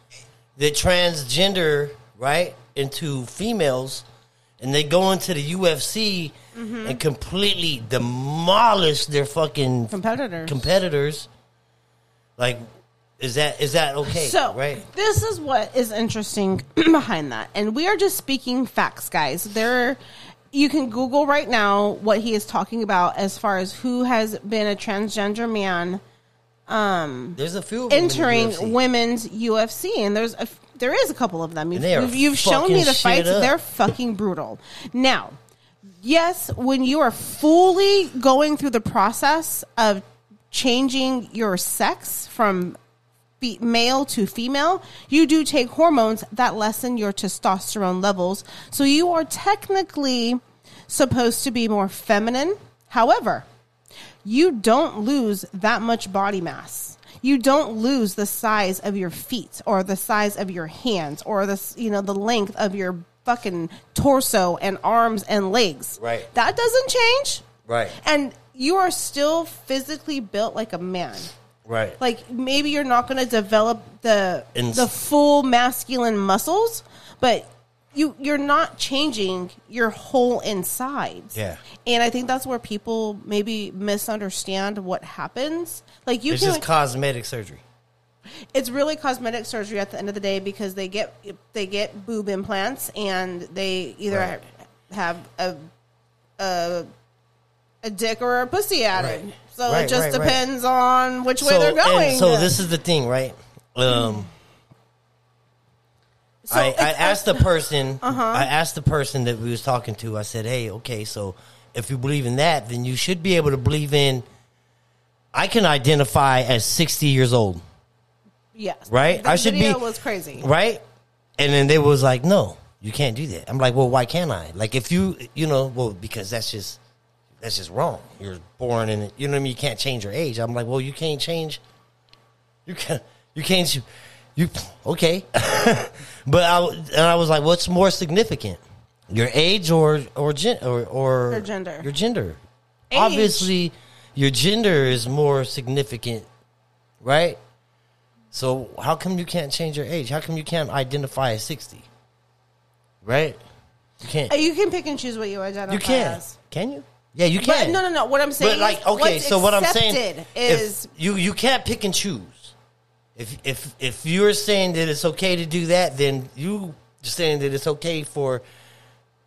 Speaker 1: that transgender right into females and they go into the UFC
Speaker 2: Mm-hmm.
Speaker 1: and completely demolish their fucking
Speaker 2: Competitors.
Speaker 1: competitors like is that is that okay
Speaker 2: So
Speaker 1: right
Speaker 2: this is what is interesting (clears throat) behind that, and we are just speaking facts, guys. There, you can Google right now what he is talking about as far as who has been a transgender man
Speaker 1: there's a few of them in the
Speaker 2: entering
Speaker 1: UFC.
Speaker 2: women's UFC, and there's a f there is a couple of them. You've,
Speaker 1: they are
Speaker 2: you've, you've shown
Speaker 1: fucking
Speaker 2: me the
Speaker 1: shit
Speaker 2: fights;
Speaker 1: up.
Speaker 2: they're fucking brutal. Now, yes, when you are fully going through the process of changing your sex from be- male to female, you do take hormones that lessen your testosterone levels. So you are technically supposed to be more feminine. However, you don't lose that much body mass. You don't lose the size of your feet or the size of your hands or the s- you know the length of your fucking torso and arms and legs.
Speaker 1: Right.
Speaker 2: That doesn't change.
Speaker 1: Right.
Speaker 2: And you are still physically built like a man
Speaker 1: right
Speaker 2: like maybe you're not going to develop the
Speaker 1: And-
Speaker 2: the full masculine muscles, but you you're not changing your whole insides.
Speaker 1: Yeah.
Speaker 2: and I think that's where people maybe misunderstand what happens. Like you
Speaker 1: it's
Speaker 2: can,
Speaker 1: just cosmetic surgery
Speaker 2: it's really cosmetic surgery at the end of the day because they get they get boob implants and they either
Speaker 1: Right.
Speaker 2: have a a a dick or a pussy added.
Speaker 1: Right.
Speaker 2: So
Speaker 1: Right,
Speaker 2: it just
Speaker 1: right, right.
Speaker 2: depends on which way they're going.
Speaker 1: and so this is the thing right um
Speaker 2: So
Speaker 1: I, I
Speaker 2: it's- Uh-huh.
Speaker 1: asked the
Speaker 2: (laughs)
Speaker 1: person. I asked the person that we was talking to. I said, "Hey, okay, so if you believe in that, then you should be able to believe in. I can identify as sixty years old,
Speaker 2: Yes.
Speaker 1: Right?
Speaker 2: The
Speaker 1: I should
Speaker 2: video
Speaker 1: be-
Speaker 2: was crazy.
Speaker 1: right?" And then they was like, "No, you can't do that." I'm like, "Well, why can't I? Like, if you, you know, well, because that's just that's just wrong. You're born in it. You know what I mean? You can't change your age." I'm like, "Well, you can't change. You can't. You can't. You, you okay?" (laughs) But I w- and I was like, what's more significant, your age or or gen- or, or
Speaker 2: Your gender.
Speaker 1: Your gender.
Speaker 2: Age.
Speaker 1: Obviously, your gender is more significant, right? So how come you can't change your age? How come you can't identify as sixty? Right? You can't.
Speaker 2: Uh, You can pick and choose what you identify
Speaker 1: You can.
Speaker 2: as.
Speaker 1: Can you? Yeah, you
Speaker 2: But
Speaker 1: can.
Speaker 2: no, no, no. What I'm
Speaker 1: But
Speaker 2: saying
Speaker 1: like,
Speaker 2: is
Speaker 1: okay,
Speaker 2: what's
Speaker 1: so what I'm saying
Speaker 2: accepted
Speaker 1: if
Speaker 2: is
Speaker 1: you you can't pick and choose. If if if you're saying that it's okay to do that, then you saying that it's okay for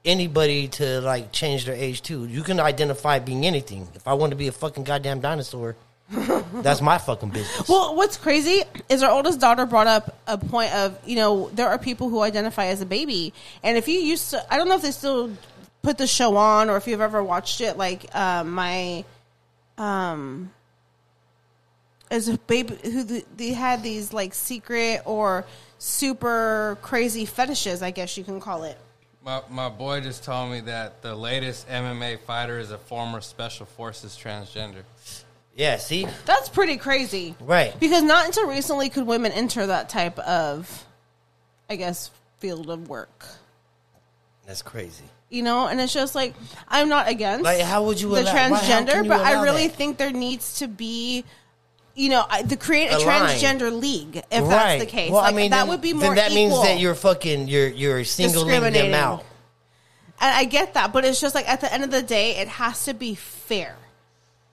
Speaker 1: anybody to like change their age too. You can identify being anything. If I want to be a fucking goddamn
Speaker 2: (laughs)
Speaker 1: dinosaur, that's my fucking business.
Speaker 2: well, what's crazy is our oldest daughter brought up a point of you know there are people who identify as a baby, and if you used to, I don't know if they still put the show on or if you've ever watched it. Like uh, my, um, is a baby who th- they had these like secret or super crazy fetishes, I guess you can call it.
Speaker 3: My my boy just told me that the latest MMA fighter is a former special forces transgender.
Speaker 1: yeah, see,
Speaker 2: That's pretty crazy.
Speaker 1: right,
Speaker 2: Because not until recently could women enter that type of, I guess, field of work.
Speaker 1: that's crazy.
Speaker 2: You know, and it's just like I'm not against
Speaker 1: Like, how would you
Speaker 2: the
Speaker 1: allow- why- how
Speaker 2: transgender,
Speaker 1: can you
Speaker 2: but I
Speaker 1: allow
Speaker 2: really
Speaker 1: that?
Speaker 2: think there needs to be, you know, I- to create a,
Speaker 1: A line.
Speaker 2: transgender league if
Speaker 1: right.
Speaker 2: that's the case. like, that
Speaker 1: then-
Speaker 2: would be
Speaker 1: then
Speaker 2: more.
Speaker 1: that means that
Speaker 2: equal.
Speaker 1: you're fucking you're you're singling them
Speaker 2: Discriminating.
Speaker 1: out.
Speaker 2: And I get that, but it's just like at the end of the day, it has to be fair.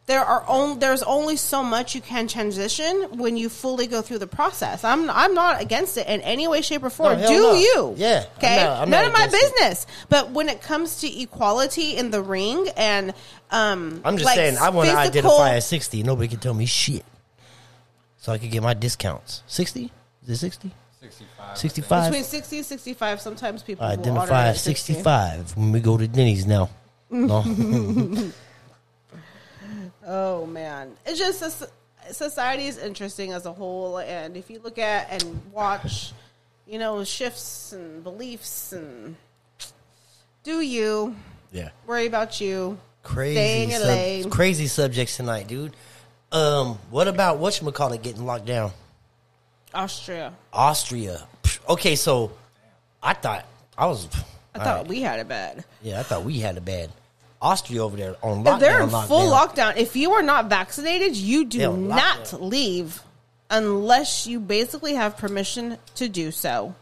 Speaker 2: There are only there's only so much you can transition when you fully go through the process. I'm I'm not against it in any way, shape, or form.
Speaker 1: hell
Speaker 2: Do
Speaker 1: no.
Speaker 2: you?
Speaker 1: Yeah, I'm
Speaker 2: Okay.
Speaker 1: not- I'm
Speaker 2: None
Speaker 1: not
Speaker 2: of my
Speaker 1: against it.
Speaker 2: business. But when it comes to equality in the ring and um,
Speaker 1: I'm just
Speaker 2: like,
Speaker 1: saying I want to
Speaker 2: physical-
Speaker 1: identify as sixty. Nobody can tell me shit, so I can get my discounts. Sixty is it sixty?
Speaker 3: 65. I think.
Speaker 1: Sixty five.
Speaker 2: between 60 and 65. Sometimes people
Speaker 1: I
Speaker 2: will honor
Speaker 1: identify
Speaker 2: that
Speaker 1: as 65 when we go to Denny's
Speaker 2: (laughs)
Speaker 1: now. No.
Speaker 2: Oh man, it's just soc- society is interesting as a whole, and if you look at and watch, you know, shifts and beliefs and do you
Speaker 1: yeah.
Speaker 2: worry about you? Stay in
Speaker 1: Crazy
Speaker 2: your
Speaker 1: sub-
Speaker 2: lane.
Speaker 1: crazy subjects tonight, dude. Um, what about whatchamacallit getting locked down?
Speaker 2: Austria.
Speaker 1: Austria. Psh, Okay, so I thought I was
Speaker 2: I
Speaker 1: all
Speaker 2: thought
Speaker 1: right.
Speaker 2: we had it bad.
Speaker 1: Yeah, I thought we had a bad Austria over there on
Speaker 2: If
Speaker 1: lockdown.
Speaker 2: They're in full
Speaker 1: lockdown.
Speaker 2: lockdown. If you are not vaccinated, you do
Speaker 1: They're on
Speaker 2: not
Speaker 1: lockdown.
Speaker 2: leave unless you basically have permission to do so.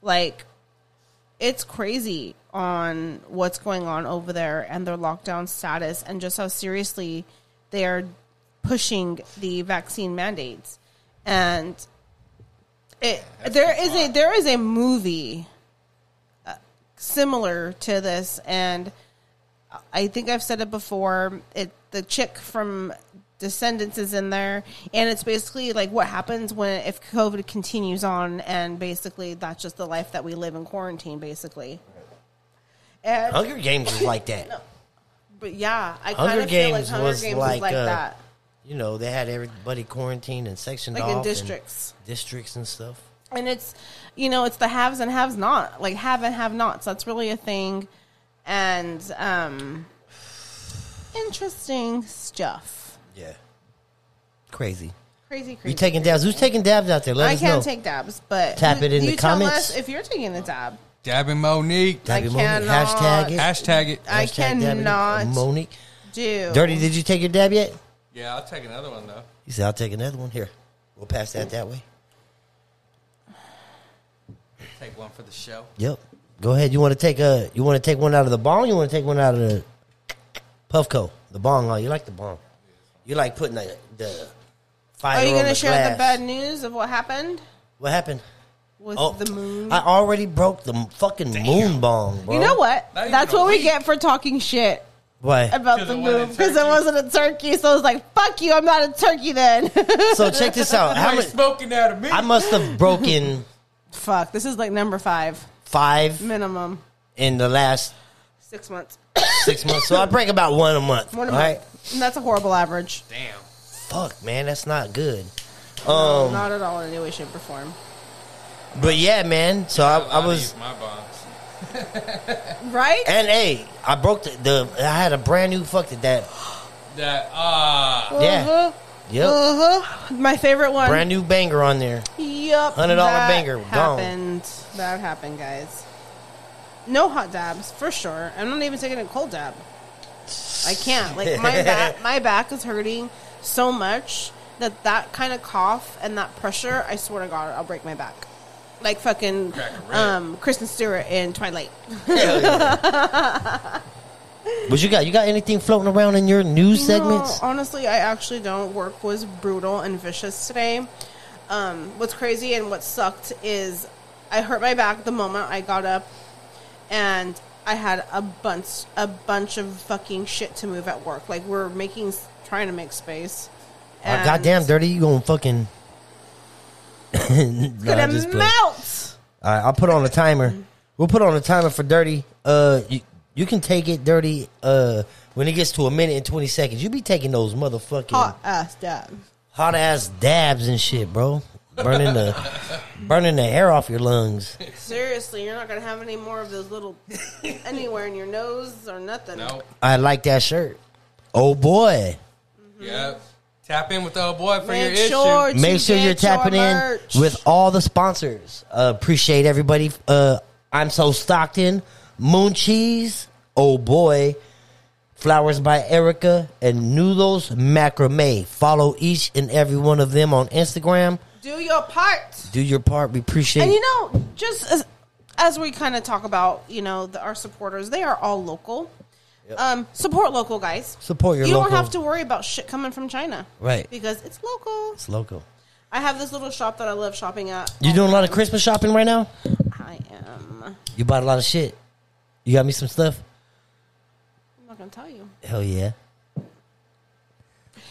Speaker 2: Like, it's crazy on what's going on over there and their lockdown status and just how seriously they are pushing the vaccine mandates. And it, there is a there is a movie uh, similar to this and I think I've said it before. It the chick from Descendants is in there, and it's basically like what happens when if COVID continues on, and basically that's just the life that we live in quarantine, basically. And
Speaker 1: Hunger Games was like
Speaker 2: (laughs)
Speaker 1: that.
Speaker 2: but yeah, I kind
Speaker 1: Hunger
Speaker 2: of feel like
Speaker 1: Games
Speaker 2: Hunger
Speaker 1: was
Speaker 2: Games
Speaker 1: like,
Speaker 2: is like
Speaker 1: uh,
Speaker 2: that.
Speaker 1: You know, they had everybody quarantined and sectioned
Speaker 2: Like
Speaker 1: off
Speaker 2: in
Speaker 1: and
Speaker 2: districts.
Speaker 1: districts and stuff.
Speaker 2: and it's you know it's the haves and haves not like have and have nots that's really a thing and um interesting stuff
Speaker 1: Yeah, crazy.
Speaker 2: crazy crazy
Speaker 1: You taking dabs? Who's taking dabs out there? Let
Speaker 2: i
Speaker 1: us
Speaker 2: can't
Speaker 1: know.
Speaker 2: take dabs but
Speaker 1: Tap it in
Speaker 2: you
Speaker 1: the
Speaker 2: tell
Speaker 1: comments.
Speaker 2: us if you're taking a dab
Speaker 3: Dabbing Monique.
Speaker 1: Dabby
Speaker 2: I
Speaker 1: Monique.
Speaker 2: cannot.
Speaker 1: Hashtag it.
Speaker 3: Hashtag it.
Speaker 2: I
Speaker 1: Hashtag Dabby
Speaker 2: cannot.
Speaker 1: Monique.
Speaker 2: do
Speaker 1: Dirty, did you take your dab yet?
Speaker 3: Yeah, I'll take another one though.
Speaker 1: He said, I'll take another one. Here, we'll pass that that way.
Speaker 3: Take one for the show.
Speaker 1: Yep. Go ahead. You want to take a? You want to take one out of the bong? You want to take one out of the Puffco? The bong? Oh, you like the bong? You like putting the, the fire?
Speaker 2: are you
Speaker 1: going
Speaker 2: gonna
Speaker 1: to
Speaker 2: share the bad news of what happened
Speaker 1: What happened?
Speaker 2: with
Speaker 1: Oh,
Speaker 2: the moon
Speaker 1: I already broke the fucking moon bong. Bro.
Speaker 2: you know what
Speaker 3: Not even
Speaker 2: that's
Speaker 3: a
Speaker 2: what we
Speaker 3: week.
Speaker 2: get for talking shit
Speaker 1: What?
Speaker 2: about
Speaker 3: Because
Speaker 2: the
Speaker 3: it wasn't
Speaker 2: moon because it
Speaker 3: turkey.
Speaker 2: wasn't a turkey so i was like fuck you i'm not a turkey then
Speaker 1: So check
Speaker 2: (laughs)
Speaker 1: this out. How
Speaker 3: How you
Speaker 1: much?
Speaker 3: smoking out of me?
Speaker 1: I must have broken
Speaker 2: fuck this is like number five
Speaker 1: five
Speaker 2: minimum
Speaker 1: in the last
Speaker 2: six months
Speaker 1: six months. So I break about one a month.
Speaker 2: One a
Speaker 1: all
Speaker 2: month.
Speaker 1: right?
Speaker 2: And that's a horrible average.
Speaker 3: Damn.
Speaker 1: Fuck, man, that's not good. Um, Oh.
Speaker 2: Not at all in any way, shape, or form.
Speaker 1: But yeah, man. So I,
Speaker 3: A lot
Speaker 1: I
Speaker 3: of
Speaker 1: was,
Speaker 3: these my bombs.
Speaker 2: Right?
Speaker 1: and hey, I broke the, the. I had a brand new fuck to that.
Speaker 3: That ah.
Speaker 1: Yeah, yep.
Speaker 2: Uh huh. Uh-huh. My favorite one.
Speaker 1: Brand new banger on
Speaker 2: (laughs)
Speaker 1: there.
Speaker 2: Yup.
Speaker 1: $100
Speaker 2: that
Speaker 1: banger, gone.
Speaker 2: Happened. That happened, guys. No hot dabs for sure. I'm not even taking a cold dab. I
Speaker 1: (laughs)
Speaker 2: can't. Like my back, my back is hurting so much that that kind of cough and that pressure. I swear to God, I'll break my back. Like fucking
Speaker 3: Crack a rib.
Speaker 2: um, Kristen Stewart in Twilight.
Speaker 1: But you got you got anything floating around in your news segments?
Speaker 2: No, honestly, I actually don't. Work was brutal and vicious today. Um, what's crazy and what sucked is I hurt my back the moment I got up, and I had a bunch a bunch of fucking shit to move at work. Like we're making trying to make space.
Speaker 1: Oh, goddamn, dirty! You gonna fucking? (laughs) Nah, I'm just playing.
Speaker 2: gonna melt.
Speaker 1: All right, I'll put on a timer. We'll put on a timer for dirty. Uh, you, you can take it dirty. Uh, when it gets to a minute and twenty seconds, you be taking those motherfucking
Speaker 2: Hot ass dab.
Speaker 1: hot ass dabs and shit, bro. Burning
Speaker 2: (laughs)
Speaker 1: the burning the air off your lungs.
Speaker 2: Seriously, you're not gonna have any more of those
Speaker 3: (laughs)
Speaker 2: little anywhere in your nose or nothing.
Speaker 3: Nope.
Speaker 1: I like that shirt. Oh boy.
Speaker 3: Yep. Tap in with the old boy for
Speaker 2: Make
Speaker 3: your
Speaker 2: sure
Speaker 3: issue.
Speaker 2: to
Speaker 1: Make sure
Speaker 2: get
Speaker 1: you're tapping
Speaker 2: your
Speaker 1: in
Speaker 2: merch.
Speaker 1: with all the sponsors. Uh, appreciate everybody. Uh, I'm so Stockton, Moon Cheese, Oh Boy, Flowers by Erica, and Noodles Macrame. Follow each and every one of them on Instagram.
Speaker 2: Do your part.
Speaker 1: Do your part. We appreciate
Speaker 2: And you know, just as, as we kind of talk about, you know, the, our supporters, they are all local. Um, support local, guys.
Speaker 1: Support your
Speaker 2: You
Speaker 1: local.
Speaker 2: don't have to worry about shit coming from China,
Speaker 1: Right.
Speaker 2: Because it's local.
Speaker 1: It's local.
Speaker 2: I have this little shop that I love shopping at. Um,
Speaker 1: You doing a lot of Christmas shopping right now?
Speaker 2: I am. I'm
Speaker 1: You bought a lot of shit. You got me some stuff?
Speaker 2: not gonna tell you.
Speaker 1: Hell yeah.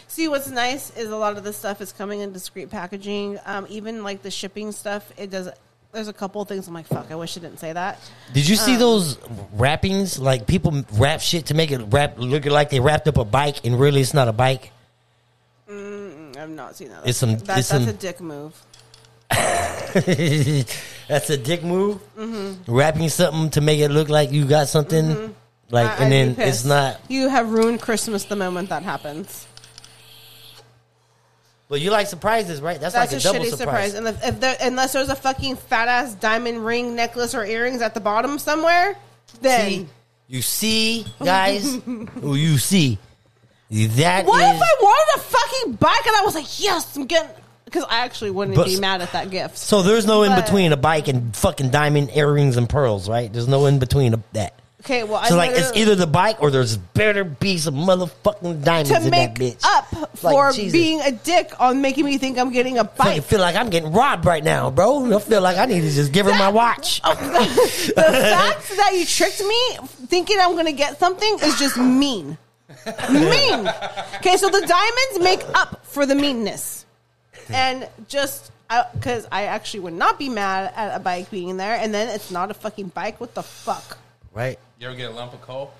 Speaker 2: See, what's nice is a lot of the stuff is coming in discreet packaging. Um, even like the shipping stuff, it does. There's a couple of things I'm like, fuck, I wish I didn't say that.
Speaker 1: Did you
Speaker 2: Uh.
Speaker 1: see those wrappings? Like people wrap shit to make it wrap look like they wrapped up a bike, and really it's not a bike. (laughs)
Speaker 2: I've not seen that.
Speaker 1: It's some-
Speaker 2: That-
Speaker 1: it's
Speaker 2: that's
Speaker 1: some-
Speaker 2: a dick move.
Speaker 1: That's a dick move.
Speaker 2: Mm-hmm.
Speaker 1: Wrapping something to make it look like you got something, like,
Speaker 2: I- I'd
Speaker 1: and
Speaker 2: be
Speaker 1: then it's
Speaker 2: pissed.
Speaker 1: not.
Speaker 2: You have ruined Christmas the moment that happens.
Speaker 1: But you like surprises, right? That's,
Speaker 2: That's
Speaker 1: like a,
Speaker 2: a,
Speaker 1: double
Speaker 2: shitty surprise.
Speaker 1: surprise.
Speaker 2: And if, if there, unless there's a fucking fat ass diamond ring, necklace, or earrings at the bottom somewhere, then
Speaker 1: See, you see,
Speaker 2: (laughs)
Speaker 1: guys, who you see? That
Speaker 2: what
Speaker 1: is-
Speaker 2: if I wanted a fucking bike and I was like, yes, I'm getting because I actually wouldn't
Speaker 1: But-
Speaker 2: be mad at that gift.
Speaker 1: so there's no in
Speaker 2: But-
Speaker 1: between a bike and fucking diamond earrings and pearls, right? There's no in between of that.
Speaker 2: Okay, well,
Speaker 1: So
Speaker 2: I
Speaker 1: like it's
Speaker 2: literally-
Speaker 1: either the bike or there's better be some motherfucking diamonds
Speaker 2: to
Speaker 1: in that
Speaker 2: make
Speaker 1: bitch.
Speaker 2: up
Speaker 1: Like,
Speaker 2: for
Speaker 1: Jesus.
Speaker 2: being a dick on making me think I'm getting a
Speaker 1: I
Speaker 2: bike.
Speaker 1: feel like I'm getting robbed right now, bro. I feel like I need to just give her my watch.
Speaker 2: Oh. the fact that you tricked me thinking I'm gonna get something is just mean. mean. Okay, so the diamonds make up for the meanness, and just because I, actually would not be mad at a bike being there, and then it's not a fucking bike. What the fuck?
Speaker 1: Right?
Speaker 3: You ever get a lump of coal?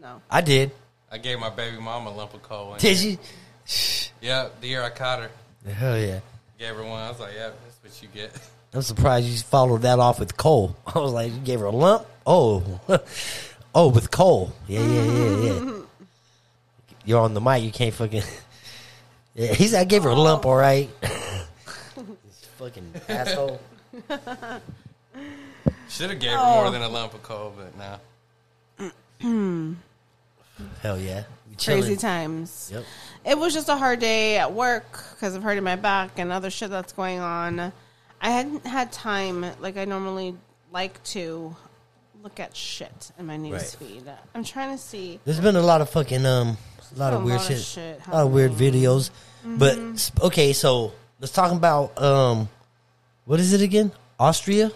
Speaker 2: No.
Speaker 1: I did.
Speaker 3: I gave my baby mama a lump of coal. one
Speaker 1: Did
Speaker 3: year.
Speaker 1: you?
Speaker 3: Yep, the year I caught her,
Speaker 1: Hell yeah.
Speaker 3: gave her one. I was like, "Yep, that's what you get." (laughs)
Speaker 1: I'm surprised you followed that off with coal. (laughs) I was like, you gave her a lump? Oh. (laughs) oh, with coal. Yeah, yeah, yeah, yeah. You're on the mic. You can't fucking. (laughs) Yeah, he's. I gave her a lump, all right. (laughs) fucking asshole.
Speaker 3: Should have gave her
Speaker 2: Oh.
Speaker 3: more than a lump of coal, but no.
Speaker 1: Hell yeah. We
Speaker 2: Crazy
Speaker 1: chilling.
Speaker 2: times.
Speaker 1: Yep.
Speaker 2: It was just a hard day at work because of hurting my back and other shit that's going on. I hadn't had time, like I normally like to, look at shit in my news
Speaker 1: Right.
Speaker 2: feed. I'm trying to see.
Speaker 1: There's been a lot of fucking um, a lot of
Speaker 2: A
Speaker 1: weird
Speaker 2: lot of
Speaker 1: shit,
Speaker 2: shit
Speaker 1: a lot of weird
Speaker 2: happening. Mm-hmm.
Speaker 1: videos. But s- okay, so let's talk about um, what is it again? Austria.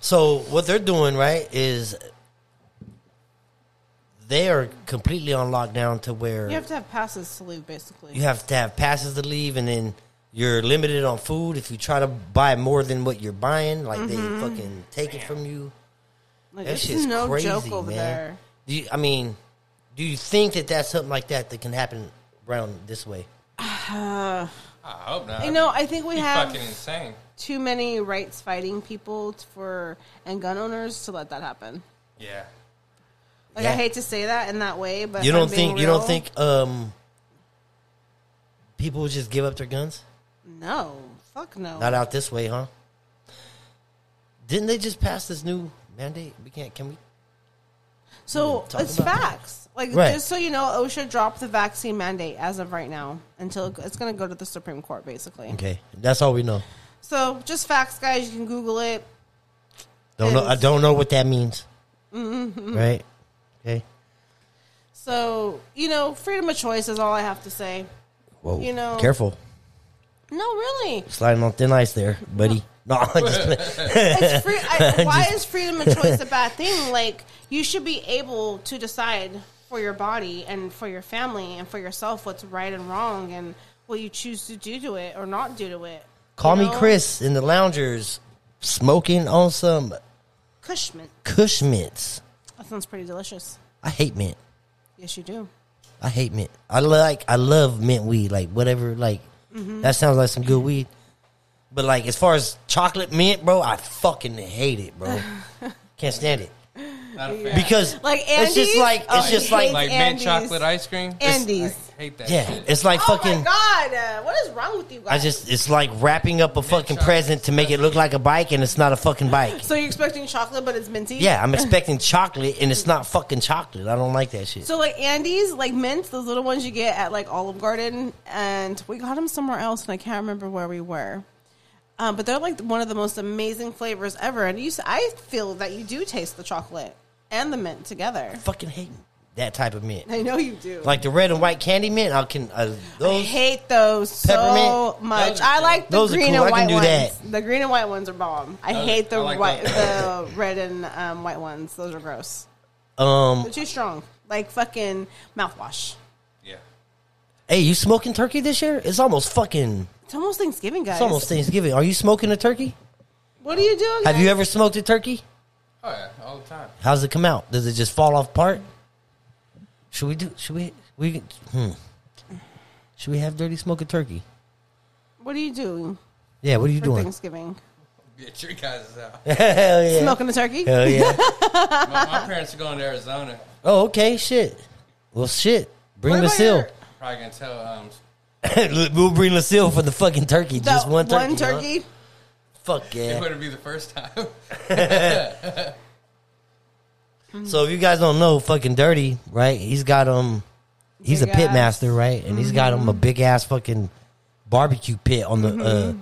Speaker 1: So what they're doing right is they are completely on lockdown to where
Speaker 2: You have to have passes to leave, basically.
Speaker 1: you have to have passes to leave, and then you're limited on food. If you try to buy more than what you're buying, like
Speaker 2: Mm-hmm.
Speaker 1: they fucking take it from you.
Speaker 2: like,
Speaker 1: That
Speaker 2: it's
Speaker 1: shit's
Speaker 2: no
Speaker 1: crazy,
Speaker 2: joke over
Speaker 1: man.
Speaker 2: there.
Speaker 1: Do you, I mean, do you think that that's something like that that can happen around this way?
Speaker 3: I hope not.
Speaker 2: You know, I think we
Speaker 3: Be
Speaker 2: have
Speaker 3: fucking insane.
Speaker 2: too many rights fighting people t- for and gun owners to let that happen.
Speaker 3: Yeah,
Speaker 2: Like
Speaker 1: Yeah.
Speaker 2: I hate to say that in that way, but
Speaker 1: You
Speaker 2: if
Speaker 1: don't
Speaker 2: I'm being
Speaker 1: think you don't
Speaker 2: real,
Speaker 1: think um people would just give up their guns?
Speaker 2: no, fuck no.
Speaker 1: Not out this way, huh? Didn't they just pass this new mandate? We can't. Can we?
Speaker 2: So
Speaker 1: Hmm, Talk
Speaker 2: it's
Speaker 1: about it.
Speaker 2: facts. Like
Speaker 1: Right.
Speaker 2: just so you know, OSHA dropped the vaccine mandate as of right now until it- it's going to go to the Supreme Court, basically.
Speaker 1: Okay, that's all we know.
Speaker 2: So just facts, guys. You can Google it.
Speaker 1: Don't know. I
Speaker 2: Is-
Speaker 1: don't know what that means.
Speaker 2: Mm-hmm.
Speaker 1: Right? Okay.
Speaker 2: So you know, freedom of choice is all I have to say.
Speaker 1: Whoa.
Speaker 2: You know-
Speaker 1: careful
Speaker 2: No, really,
Speaker 1: sliding on thin ice there,
Speaker 2: (laughs)
Speaker 1: buddy. No, I'm just playing. (laughs)
Speaker 2: it's free, I, why is freedom of choice a bad thing? Like you should be able to decide for your body and for your family and for yourself what's right and wrong and what you choose to do to it or not do to it.
Speaker 1: Call
Speaker 2: You
Speaker 1: me
Speaker 2: know?
Speaker 1: Chris in the loungers, smoking on some
Speaker 2: Cushman.
Speaker 1: Kush mints.
Speaker 2: That sounds pretty delicious.
Speaker 1: I hate mint.
Speaker 2: Yes, you do.
Speaker 1: I hate mint. I like. I love mint weed. Like whatever. Like
Speaker 2: Mm-hmm.
Speaker 1: that sounds like some good weed. But
Speaker 2: (laughs)
Speaker 1: like as far as chocolate mint, bro, I fucking hate it, bro. Can't stand it.
Speaker 3: Not a fan.
Speaker 1: because
Speaker 2: Like
Speaker 1: it's just
Speaker 2: Andes?
Speaker 1: like
Speaker 2: Oh,
Speaker 1: it's just
Speaker 2: he
Speaker 1: like
Speaker 2: hates
Speaker 3: like mint
Speaker 2: Andes.
Speaker 3: chocolate ice cream.
Speaker 2: Andes.
Speaker 3: I hate that.
Speaker 1: yeah,
Speaker 3: shit.
Speaker 1: it's like
Speaker 2: oh
Speaker 1: fucking.
Speaker 2: my god, uh, what is wrong with you guys?
Speaker 1: I just it's like wrapping up a fucking
Speaker 3: chocolate.
Speaker 1: present to make it look like a bike, and it's not a fucking
Speaker 2: (laughs)
Speaker 1: bike.
Speaker 2: so you're expecting chocolate, but it's minty.
Speaker 1: Yeah, I'm expecting chocolate, and it's not fucking chocolate. I don't like that shit.
Speaker 2: So like Andes, like mints, those little ones you get at like Olive Garden, and we got them somewhere else, and I can't remember where we were. Um, but they're like one of the most amazing flavors ever, and you, s- I feel that you do taste the chocolate and the mint together.
Speaker 1: fucking hate that type of mint.
Speaker 2: I know you do.
Speaker 1: Like the red and white candy mint, I can uh,
Speaker 2: I
Speaker 1: those.
Speaker 2: hate those so
Speaker 1: Peppermint?
Speaker 2: much.
Speaker 3: Those are
Speaker 2: I
Speaker 3: cool.
Speaker 2: like the
Speaker 1: Those are
Speaker 2: green
Speaker 1: cool.
Speaker 2: and
Speaker 1: I
Speaker 2: white
Speaker 1: can do
Speaker 2: ones.
Speaker 1: that.
Speaker 2: The green and white ones are bomb. I
Speaker 3: Those-
Speaker 2: hate the
Speaker 3: I like
Speaker 2: white,
Speaker 3: those.
Speaker 2: the red and um, white ones. Those are gross.
Speaker 1: Um,
Speaker 2: They're too strong. Like fucking mouthwash.
Speaker 3: Yeah.
Speaker 1: hey, you smoking turkey this year? It's almost fucking.
Speaker 2: It's almost Thanksgiving, guys.
Speaker 1: It's almost Thanksgiving. Are you smoking a turkey?
Speaker 2: What are you doing?
Speaker 1: Have you
Speaker 2: guys?
Speaker 1: ever smoked a turkey?
Speaker 3: Oh yeah, all the time.
Speaker 1: How's it come out? Does it just fall off part? Should we do? Should we? We hmm. Should we have dirty smoking turkey?
Speaker 2: What are you doing
Speaker 1: Yeah. What are you
Speaker 2: for
Speaker 1: doing?
Speaker 2: Thanksgiving?
Speaker 3: Get your guys out.
Speaker 1: (laughs) Hell yeah.
Speaker 2: Smoking a turkey?
Speaker 1: Hell yeah.
Speaker 3: my, my
Speaker 2: (laughs)
Speaker 3: parents are going to Arizona.
Speaker 1: oh okay. Shit. Well shit. Bring
Speaker 2: What about
Speaker 1: Lucille.
Speaker 2: your-
Speaker 3: Probably gonna tell um (laughs)
Speaker 1: (laughs) we'll bring Lucille for the fucking turkey.
Speaker 2: the
Speaker 1: just one turkey.
Speaker 2: One
Speaker 1: huh?
Speaker 2: turkey?
Speaker 1: Fuck
Speaker 3: it
Speaker 1: yeah.
Speaker 3: wouldn't be the first time. (laughs)
Speaker 1: So if you guys don't know, fucking dirty, right? He's got um, he's
Speaker 2: Big
Speaker 1: a pit
Speaker 2: ass.
Speaker 1: master, right? And he's got him a big ass fucking barbecue pit on the uh,
Speaker 2: Mm-hmm.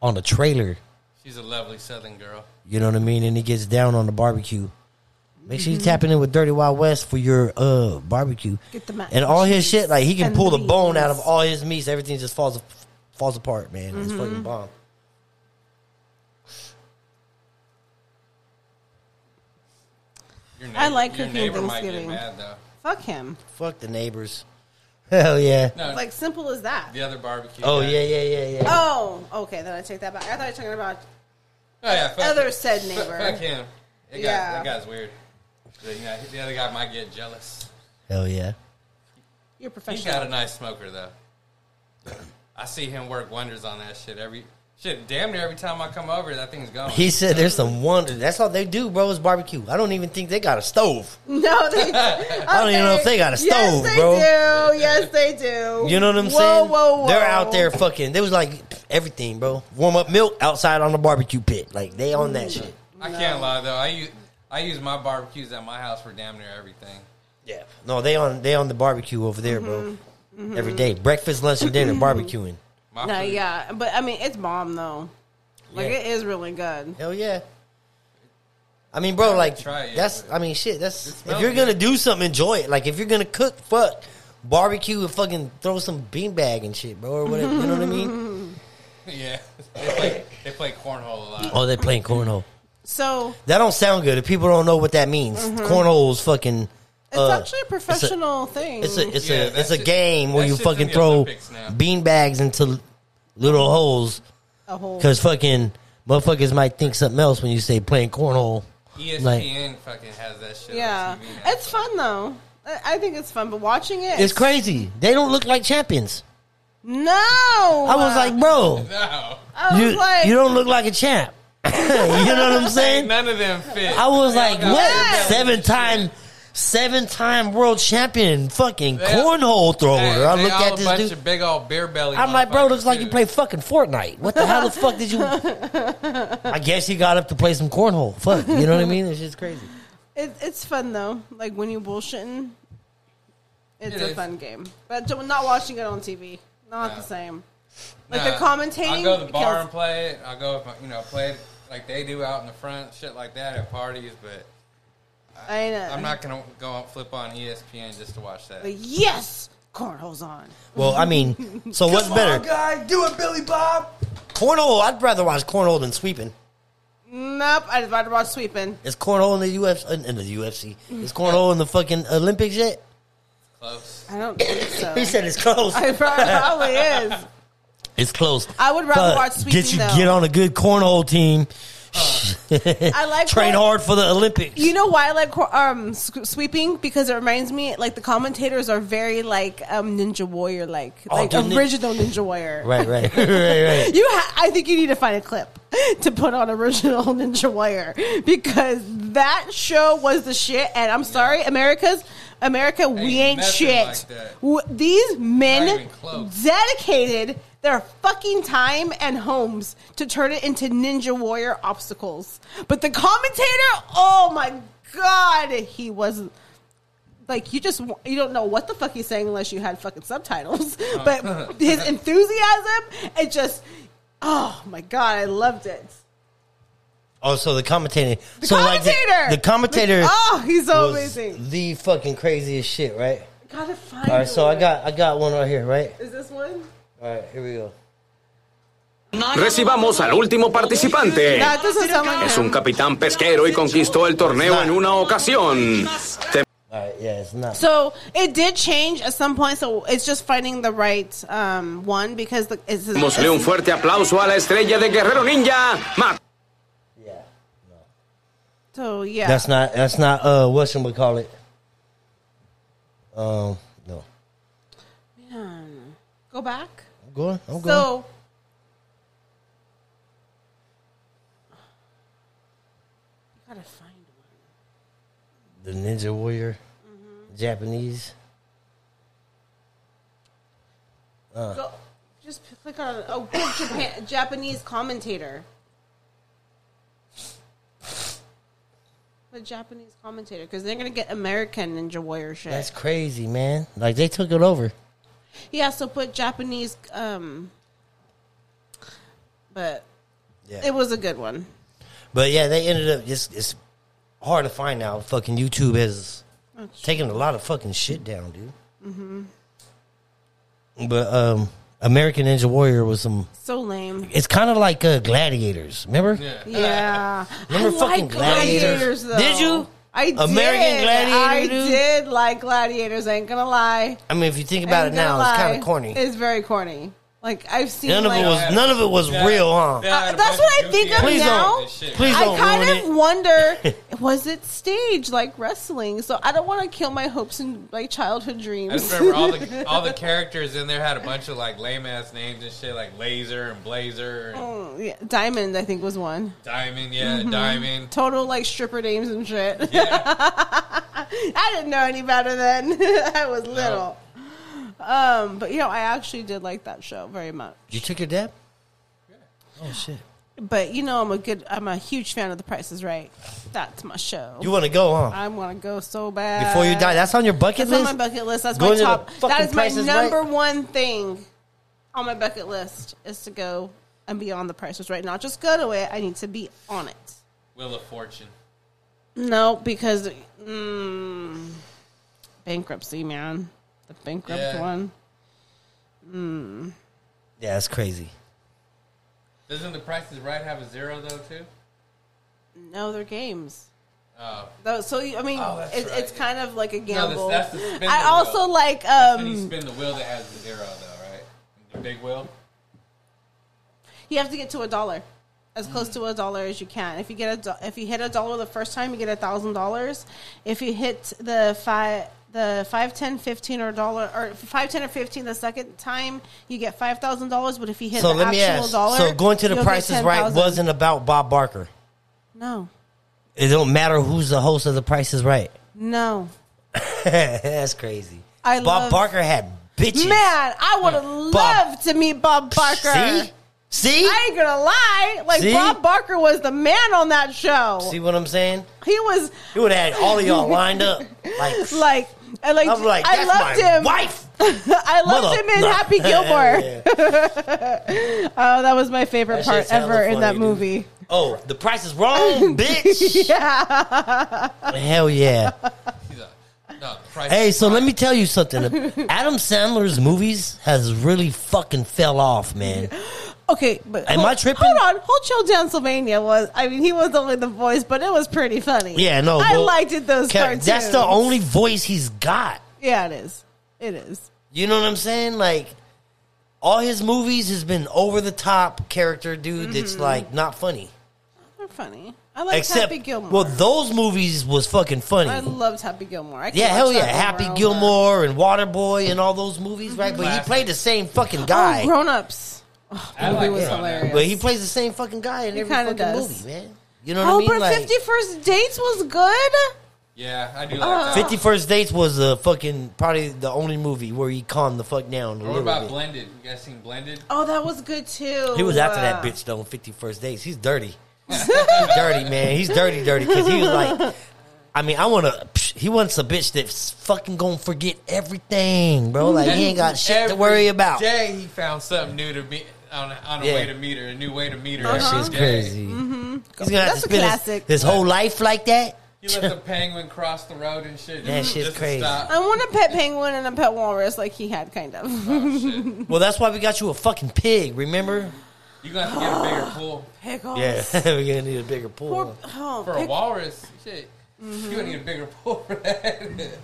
Speaker 1: on the trailer.
Speaker 3: She's a lovely Southern girl.
Speaker 1: You know what I mean? And he gets down on the barbecue. Make sure you tapping in with Dirty Wild West for your uh barbecue.
Speaker 2: Mm-hmm. Get the mac
Speaker 1: and all
Speaker 2: and
Speaker 1: his
Speaker 2: cheese
Speaker 1: shit, like he can
Speaker 2: and
Speaker 1: pull the
Speaker 2: the
Speaker 1: bone out of
Speaker 2: beans.
Speaker 1: all his meats. Everything just falls falls apart, man. It's
Speaker 2: Mm-hmm.
Speaker 1: fucking bomb.
Speaker 3: Your
Speaker 2: I like
Speaker 3: your
Speaker 2: cooking
Speaker 3: neighbor might get
Speaker 2: Thanksgiving.
Speaker 3: mad though.
Speaker 2: Fuck him.
Speaker 1: Fuck the neighbors. (laughs) Hell yeah.
Speaker 3: No,
Speaker 2: Like simple as that.
Speaker 3: the other barbecue.
Speaker 1: Oh
Speaker 3: guy.
Speaker 1: yeah, yeah, yeah, yeah.
Speaker 2: Oh, okay. Then I take that back. I thought you were talking about
Speaker 3: Oh, yeah, fuck
Speaker 2: other
Speaker 3: it.
Speaker 2: said
Speaker 3: Fuck-
Speaker 2: neighbor.
Speaker 3: Fuck him. That guy-
Speaker 2: Yeah.
Speaker 3: that guy's weird. The, you know, the other guy might get jealous.
Speaker 1: Hell yeah.
Speaker 2: You're
Speaker 3: He's
Speaker 2: professional.
Speaker 3: got a nice smoker though. I see him work wonders on that shit every shit. Damn near every time I come over, that thing's gone.
Speaker 1: He said there's some wonder. That's all they do, bro, is barbecue. I don't even think they got a stove.
Speaker 2: (laughs) No,
Speaker 1: (laughs)
Speaker 2: they.
Speaker 1: I don't even know if they got a
Speaker 2: yes,
Speaker 1: stove,
Speaker 2: they
Speaker 1: bro.
Speaker 2: do. Yes, they do.
Speaker 1: You know what I'm
Speaker 2: whoa,
Speaker 1: saying?
Speaker 2: Whoa, whoa,
Speaker 1: They're out there fucking. They was like everything, bro. Warm up milk outside on the barbecue pit. Like they on that shit.
Speaker 3: I can't lie though. I use I use my barbecues at my house for damn near everything.
Speaker 1: Yeah. No, they on they on the barbecue over there, bro.
Speaker 2: Mm-hmm.
Speaker 1: Every day, breakfast, lunch, and dinner barbecuing.
Speaker 3: My
Speaker 2: No,
Speaker 3: food-
Speaker 2: yeah, but I mean, it's bomb though. Like
Speaker 1: Yeah.
Speaker 2: it is really good.
Speaker 1: Hell yeah. I mean, bro, like
Speaker 3: try it,
Speaker 1: that's.
Speaker 3: but-
Speaker 1: I mean, shit. That's if
Speaker 3: smells
Speaker 1: you're gonna do something, enjoy it. Like if you're gonna cook, fuck barbecue and fucking throw some beanbag and shit, bro, or whatever. you know what I
Speaker 2: (laughs)
Speaker 1: mean?
Speaker 3: (laughs) yeah. They play, they play cornhole a lot.
Speaker 1: Oh, they playing cornhole.
Speaker 2: So
Speaker 1: That don't sound good. If people don't know what that means, cornhole is fucking.
Speaker 2: Mm-hmm. it's
Speaker 1: uh,
Speaker 2: actually a professional thing.
Speaker 1: It's a it's
Speaker 3: Yeah,
Speaker 1: a
Speaker 3: that
Speaker 1: it's a
Speaker 3: shit-
Speaker 1: game where
Speaker 3: that
Speaker 1: you
Speaker 3: shit's
Speaker 1: fucking
Speaker 3: in the
Speaker 1: throw
Speaker 3: Olympics now.
Speaker 1: beanbags into little holes
Speaker 2: a whole.
Speaker 1: because fucking motherfuckers might think something else when you say playing cornhole.
Speaker 3: ESPN
Speaker 1: Like
Speaker 3: fucking has that shit.
Speaker 2: Yeah,
Speaker 3: on TV now.
Speaker 2: it's fun though. I I think it's fun, but watching it,
Speaker 1: it's crazy. They don't look like champions.
Speaker 2: No,
Speaker 1: I was like, bro,
Speaker 3: (laughs) no.
Speaker 2: I was
Speaker 1: you
Speaker 2: like,
Speaker 1: you don't look like a champ. (laughs) you know what I'm saying?
Speaker 3: (laughs) None of them fit.
Speaker 1: I was like,
Speaker 3: got
Speaker 1: what?
Speaker 2: Yes.
Speaker 1: Seven time, seven time world champion, fucking
Speaker 3: They-
Speaker 1: cornhole thrower.
Speaker 3: Hey,
Speaker 1: I
Speaker 3: they
Speaker 1: look
Speaker 3: all
Speaker 1: at
Speaker 3: a
Speaker 1: this
Speaker 3: bunch
Speaker 1: dude.
Speaker 3: of big old beer belly.
Speaker 1: I'm like, bro, looks
Speaker 3: motherfuckers,
Speaker 1: like you
Speaker 3: too.
Speaker 1: play fucking Fortnite. What the hell the fuck
Speaker 2: (laughs)
Speaker 1: did you? I guess he got up to play some cornhole. Fuck, you know what I mean? It's just crazy.
Speaker 2: It, it's fun though. Like when you bullshitting, it's
Speaker 3: It
Speaker 2: a
Speaker 3: is.
Speaker 2: fun game. But to- not watching it on TV, not
Speaker 3: No.
Speaker 2: the same. Like the
Speaker 3: Nah,
Speaker 2: commentating.
Speaker 3: I'll go to the bar
Speaker 2: kills-
Speaker 3: and play it. I'll go, if I- you know, play it like they do out in the front, shit like that at parties. But
Speaker 2: I know.
Speaker 3: I'm not gonna go and flip on E ESPN just to watch that.
Speaker 2: Like, yes, cornhole's on.
Speaker 1: Well, I mean, so what's
Speaker 2: Oh,
Speaker 1: better,
Speaker 3: guy? Do it, Billy Bob.
Speaker 1: cornhole? I'd rather watch cornhole than sweeping.
Speaker 2: Nope, I was about to watch sweeping.
Speaker 1: Is cornhole in the UFC? uh, In the UFC, is cornhole in the fucking Olympics yet?
Speaker 3: Close.
Speaker 2: I don't think
Speaker 3: (laughs)
Speaker 2: so.
Speaker 1: He said it's close.
Speaker 2: (laughs) it probably is.
Speaker 1: It's close.
Speaker 2: I would rather
Speaker 1: But
Speaker 2: watch sweeping,
Speaker 1: Get you
Speaker 2: though.
Speaker 1: get on a good cornhole team.
Speaker 2: I like
Speaker 1: Train
Speaker 2: corn-
Speaker 1: hard for the Olympics.
Speaker 2: You know why I like cor- um sw- sweeping because it reminds me like the commentators are very like um Ninja Warrior like
Speaker 1: Oh,
Speaker 2: like
Speaker 1: dude, nin-
Speaker 2: original Ninja Warrior.
Speaker 1: right, right, right,
Speaker 2: (laughs)
Speaker 1: right.
Speaker 2: (laughs) You, ha- I think you need to find a clip to put on original Ninja Warrior because That show was the shit, and I'm sorry, America's America, we
Speaker 3: Ain't
Speaker 2: ain't
Speaker 3: nothing
Speaker 2: shit.
Speaker 3: like that.
Speaker 2: W- These
Speaker 3: Not
Speaker 2: men
Speaker 3: even close.
Speaker 2: dedicated their fucking time and homes to turn it into Ninja Warrior obstacles. But the commentator, oh my god, he was like you just wa- you don't know what the fuck he's saying unless you had fucking
Speaker 3: (laughs)
Speaker 2: subtitles.
Speaker 3: Oh.
Speaker 2: but his enthusiasm, it just oh my god, I loved it.
Speaker 1: Oh, so the commentator.
Speaker 2: The
Speaker 1: so like,
Speaker 2: commentator,
Speaker 1: the, the commentator.
Speaker 2: oh, he's so
Speaker 1: was
Speaker 2: amazing.
Speaker 1: The fucking craziest shit, right?
Speaker 2: Gotta find.
Speaker 1: All right, so I
Speaker 2: one.
Speaker 1: got I got one right here, right?
Speaker 2: Is this one?
Speaker 1: All right, here we go.
Speaker 4: Recibamos al último participante.
Speaker 2: That doesn't sound like
Speaker 4: Es
Speaker 2: him.
Speaker 4: un capitán pesquero y conquistó el torneo en una ocasión. Te-
Speaker 1: All right, yeah, it's not.
Speaker 2: So it did change at some point. So it's just finding the right um, one because the, it's, it's,
Speaker 4: Démosle un fuerte aplauso a la estrella de Guerrero Ninja, Ma-
Speaker 1: yeah,
Speaker 2: so yeah.
Speaker 1: that's not that's not uh what should we call it? Um, no,
Speaker 2: Man. Go back.
Speaker 1: I'm going. I'm going.
Speaker 2: So you gotta find one.
Speaker 1: the Ninja Warrior, Japanese.
Speaker 2: Go, just p- click on oh good Japan, Japanese commentator. The Japanese commentator because they're gonna get American Ninja Warrior shit.
Speaker 1: That's crazy, man. Like they took it over.
Speaker 2: Yeah, so put Japanese. Um, but
Speaker 1: Yeah,
Speaker 2: it was a good one.
Speaker 1: but yeah, they ended up. It's it's hard to find now. Fucking YouTube is taking a lot of fucking shit down, dude. Mm-hmm. But um, American Ninja Warrior was some.
Speaker 2: So lame.
Speaker 1: It's kind of like uh, Gladiators. Remember?
Speaker 3: Yeah.
Speaker 2: Yeah,
Speaker 1: Remember
Speaker 2: I
Speaker 1: fucking
Speaker 2: like
Speaker 1: Gladiators?
Speaker 2: gladiators. though.
Speaker 1: Did you?
Speaker 2: I did.
Speaker 1: American Gladiator,
Speaker 2: I
Speaker 1: dude?
Speaker 2: did like gladiators. I ain't gonna lie.
Speaker 1: I mean, if you think about it
Speaker 2: Ain't
Speaker 1: now,
Speaker 2: gonna
Speaker 1: it's kind
Speaker 2: lie.
Speaker 1: of corny.
Speaker 2: It's very corny. Like I've seen.
Speaker 1: none of
Speaker 2: like,
Speaker 1: it was none of it was real, huh?
Speaker 2: Uh, that's what I think of
Speaker 1: Please
Speaker 2: now.
Speaker 1: don't. Please
Speaker 2: I
Speaker 1: don't ruin
Speaker 2: kind of
Speaker 1: it. (laughs)
Speaker 2: wonder, was it staged like wrestling? So I don't want to kill my hopes and my childhood dreams.
Speaker 3: I just remember all the all the characters in there had a bunch of like lame ass names and shit, like Laser and Blazer and
Speaker 2: Oh, Mm-hmm. yeah, (laughs) Diamond, I think, was one.
Speaker 3: Diamond. Yeah, Diamond.
Speaker 2: Total like stripper names and shit. (laughs)
Speaker 3: Yeah,
Speaker 2: I didn't know any better then. (laughs) I was little. Um, but you know, I actually did like that show very much.
Speaker 1: You took your dab? Oh shit!
Speaker 2: But you know, I'm a good, I'm a huge fan of The Price Is Right. That's my show.
Speaker 1: You want to go, huh?
Speaker 2: I want to go so bad
Speaker 1: Before you die, that's on your bucket
Speaker 2: That's on
Speaker 1: list.
Speaker 2: my bucket list. That's
Speaker 1: Going
Speaker 2: my
Speaker 1: to the
Speaker 2: top. That
Speaker 1: fucking
Speaker 2: is my
Speaker 1: Price Is
Speaker 2: number
Speaker 1: Right.
Speaker 2: one thing on my bucket list is to go and be on The Price Is Right. Not just go to it. I need to be on it.
Speaker 3: Wheel of Fortune.
Speaker 2: No, because mm, bankruptcy, man, the bankrupt
Speaker 3: Yeah.
Speaker 2: one.
Speaker 1: yeah, that's crazy.
Speaker 3: Doesn't the Price is Right have a zero though too?
Speaker 2: No, they're games.
Speaker 3: Oh,
Speaker 2: Though- So you, I mean,
Speaker 3: Oh, that's
Speaker 2: it's,
Speaker 3: right,
Speaker 2: it's kind of like a gamble.
Speaker 3: that's the spin
Speaker 2: I
Speaker 3: the
Speaker 2: also
Speaker 3: wheel.
Speaker 2: like
Speaker 3: when you
Speaker 2: um,
Speaker 3: spin the wheel that has the zero though, right? The big wheel.
Speaker 2: you have to get to a dollar, as close
Speaker 3: Mm.
Speaker 2: to a dollar as you can. If you get a do- if you hit a dollar the first time, you get a thousand dollars. If you hit the five. The five, ten, fifteen, or dollar, or five, ten, or fifteen. The second time you get five thousand dollars, but if you hit
Speaker 1: So
Speaker 2: the
Speaker 1: let
Speaker 2: actual
Speaker 1: me ask.
Speaker 2: dollar,
Speaker 1: so going to the
Speaker 2: you'll get
Speaker 1: Price is Right
Speaker 2: $10,000.
Speaker 1: wasn't about Bob Barker.
Speaker 2: no,
Speaker 1: It don't matter who's the host of the Price is Right. (laughs)
Speaker 2: no.
Speaker 1: that's crazy.
Speaker 2: I
Speaker 1: Bob
Speaker 2: love-
Speaker 1: Barker had bitches.
Speaker 2: Man, I would have loved to meet Bob Barker.
Speaker 1: See, see,
Speaker 2: (laughs) I ain't gonna lie. Like
Speaker 1: See?
Speaker 2: Bob Barker was the man on that show.
Speaker 1: see what I'm saying?
Speaker 2: he was
Speaker 1: You would have had all of y'all lined up. Like,
Speaker 2: like, I like,
Speaker 1: I'm like,
Speaker 2: I
Speaker 1: that's
Speaker 2: loved
Speaker 1: my
Speaker 2: him.
Speaker 1: wife.
Speaker 2: (laughs) I loved
Speaker 1: Mother-
Speaker 2: him in
Speaker 1: Nah. (laughs)
Speaker 2: Happy Gilmore.
Speaker 1: Yeah.
Speaker 2: (laughs) Oh, that was my favorite
Speaker 1: That
Speaker 2: part
Speaker 1: shit's hella
Speaker 2: ever in
Speaker 1: funny,
Speaker 2: that
Speaker 1: dude.
Speaker 2: movie.
Speaker 1: Oh, the price is
Speaker 2: (laughs)
Speaker 1: wrong, bitch. yeah. Hell yeah.
Speaker 3: He's a no. The price
Speaker 1: Hey,
Speaker 3: is
Speaker 1: so
Speaker 3: Right.
Speaker 1: let me tell you something. Adam Sandler's movies has really fucking fell off, man.
Speaker 2: Okay, but
Speaker 1: Am
Speaker 2: hold-
Speaker 1: I tripping?
Speaker 2: Hold on, Hotel Transylvania was. I mean, he was only the voice, but it was pretty funny.
Speaker 1: Yeah, no.
Speaker 2: I
Speaker 1: well,
Speaker 2: liked it. Those
Speaker 1: ca-
Speaker 2: cartoons.
Speaker 1: That's the only voice he's got.
Speaker 2: Yeah, it is. It is.
Speaker 1: You know what I'm saying? Like all his movies has been over the top character dude that's like not funny.
Speaker 2: They're funny. I Mm-hmm. like
Speaker 1: Except
Speaker 2: Happy Gilmore.
Speaker 1: well, those movies was fucking funny.
Speaker 2: I loved Happy Gilmore. I could
Speaker 1: yeah,
Speaker 2: watch
Speaker 1: hell
Speaker 2: that Oh,
Speaker 1: yeah.
Speaker 2: over
Speaker 1: Happy
Speaker 2: and over.
Speaker 1: Gilmore and Waterboy and all those movies, right? But he
Speaker 3: Classic.
Speaker 1: played the same fucking guy.
Speaker 2: Oh, grown ups.
Speaker 3: I
Speaker 2: It
Speaker 3: like
Speaker 2: was
Speaker 3: it.
Speaker 2: hilarious.
Speaker 1: But he plays the same fucking guy in every
Speaker 2: kinda
Speaker 1: fucking
Speaker 2: does.
Speaker 1: movie, man. You know what
Speaker 2: Oh,
Speaker 1: I mean?
Speaker 2: but
Speaker 1: Like,
Speaker 2: Fifty First Dates was good.
Speaker 3: Yeah, I do like that.
Speaker 1: Uh, Fifty First Dates was a fucking probably the only movie where he calmed the fuck down a
Speaker 3: What
Speaker 1: little
Speaker 3: about
Speaker 1: bit.
Speaker 3: Blended? You guys seen Blended?
Speaker 2: Oh, that was good too.
Speaker 1: He was after
Speaker 2: Uh,
Speaker 1: that bitch though. Fifty First Dates. He's dirty. He's dirty man. He's dirty, dirty. Because he was like, I mean, I want to. He wants a bitch that's fucking gonna forget everything, bro. Like he ain't got shit to
Speaker 3: Every
Speaker 1: worry about.
Speaker 3: Day he found something new to be on, on a
Speaker 1: Yeah.
Speaker 3: way to meet her, a new way to meet her.
Speaker 1: That
Speaker 3: every
Speaker 1: shit's
Speaker 3: day.
Speaker 1: crazy. He's gonna have to
Speaker 2: Mm-hmm. That's a
Speaker 1: spend his,
Speaker 2: classic.
Speaker 1: his whole life like that.
Speaker 3: He let the penguin cross the road and shit.
Speaker 1: That
Speaker 3: (laughs) just-
Speaker 1: shit's
Speaker 3: just to
Speaker 1: crazy.
Speaker 3: stop.
Speaker 2: I want a pet penguin and a pet walrus, like he had, kind (laughs) of.
Speaker 3: Oh,
Speaker 1: (laughs)
Speaker 3: shit.
Speaker 1: Well, that's why we got you a fucking pig.
Speaker 2: (laughs)
Speaker 1: Remember?
Speaker 3: You gonna have to get a bigger pool
Speaker 2: Pickles.
Speaker 1: Yeah, (laughs) we're gonna need a bigger
Speaker 2: Poor,
Speaker 1: pool.
Speaker 2: oh,
Speaker 3: for a
Speaker 2: pick-
Speaker 3: walrus. Shit,
Speaker 1: Mm-hmm.
Speaker 3: you gonna need a bigger pool for that. (laughs)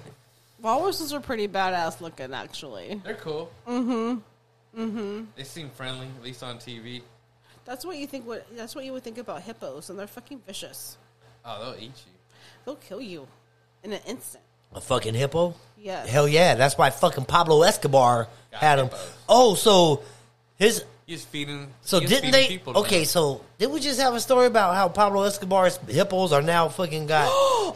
Speaker 2: walruses are pretty badass looking, actually.
Speaker 3: They're cool. Mm-hmm. Mm-hmm. They seem friendly, at least on TV.
Speaker 2: That's what you think. What that's what you would think about hippos, and they're fucking vicious.
Speaker 3: Oh, they'll eat you.
Speaker 2: They'll kill you in an instant.
Speaker 1: A fucking hippo?
Speaker 2: Yes.
Speaker 1: Hell yeah, that's why fucking Pablo Escobar
Speaker 3: Got
Speaker 1: had him.
Speaker 3: hippos.
Speaker 1: Oh, so his
Speaker 3: He's feeding.
Speaker 1: so
Speaker 3: he's
Speaker 1: didn't
Speaker 3: feeding
Speaker 1: they?
Speaker 3: People now.
Speaker 1: okay, so did we just have a story about how Pablo Escobar's hippos are now fucking got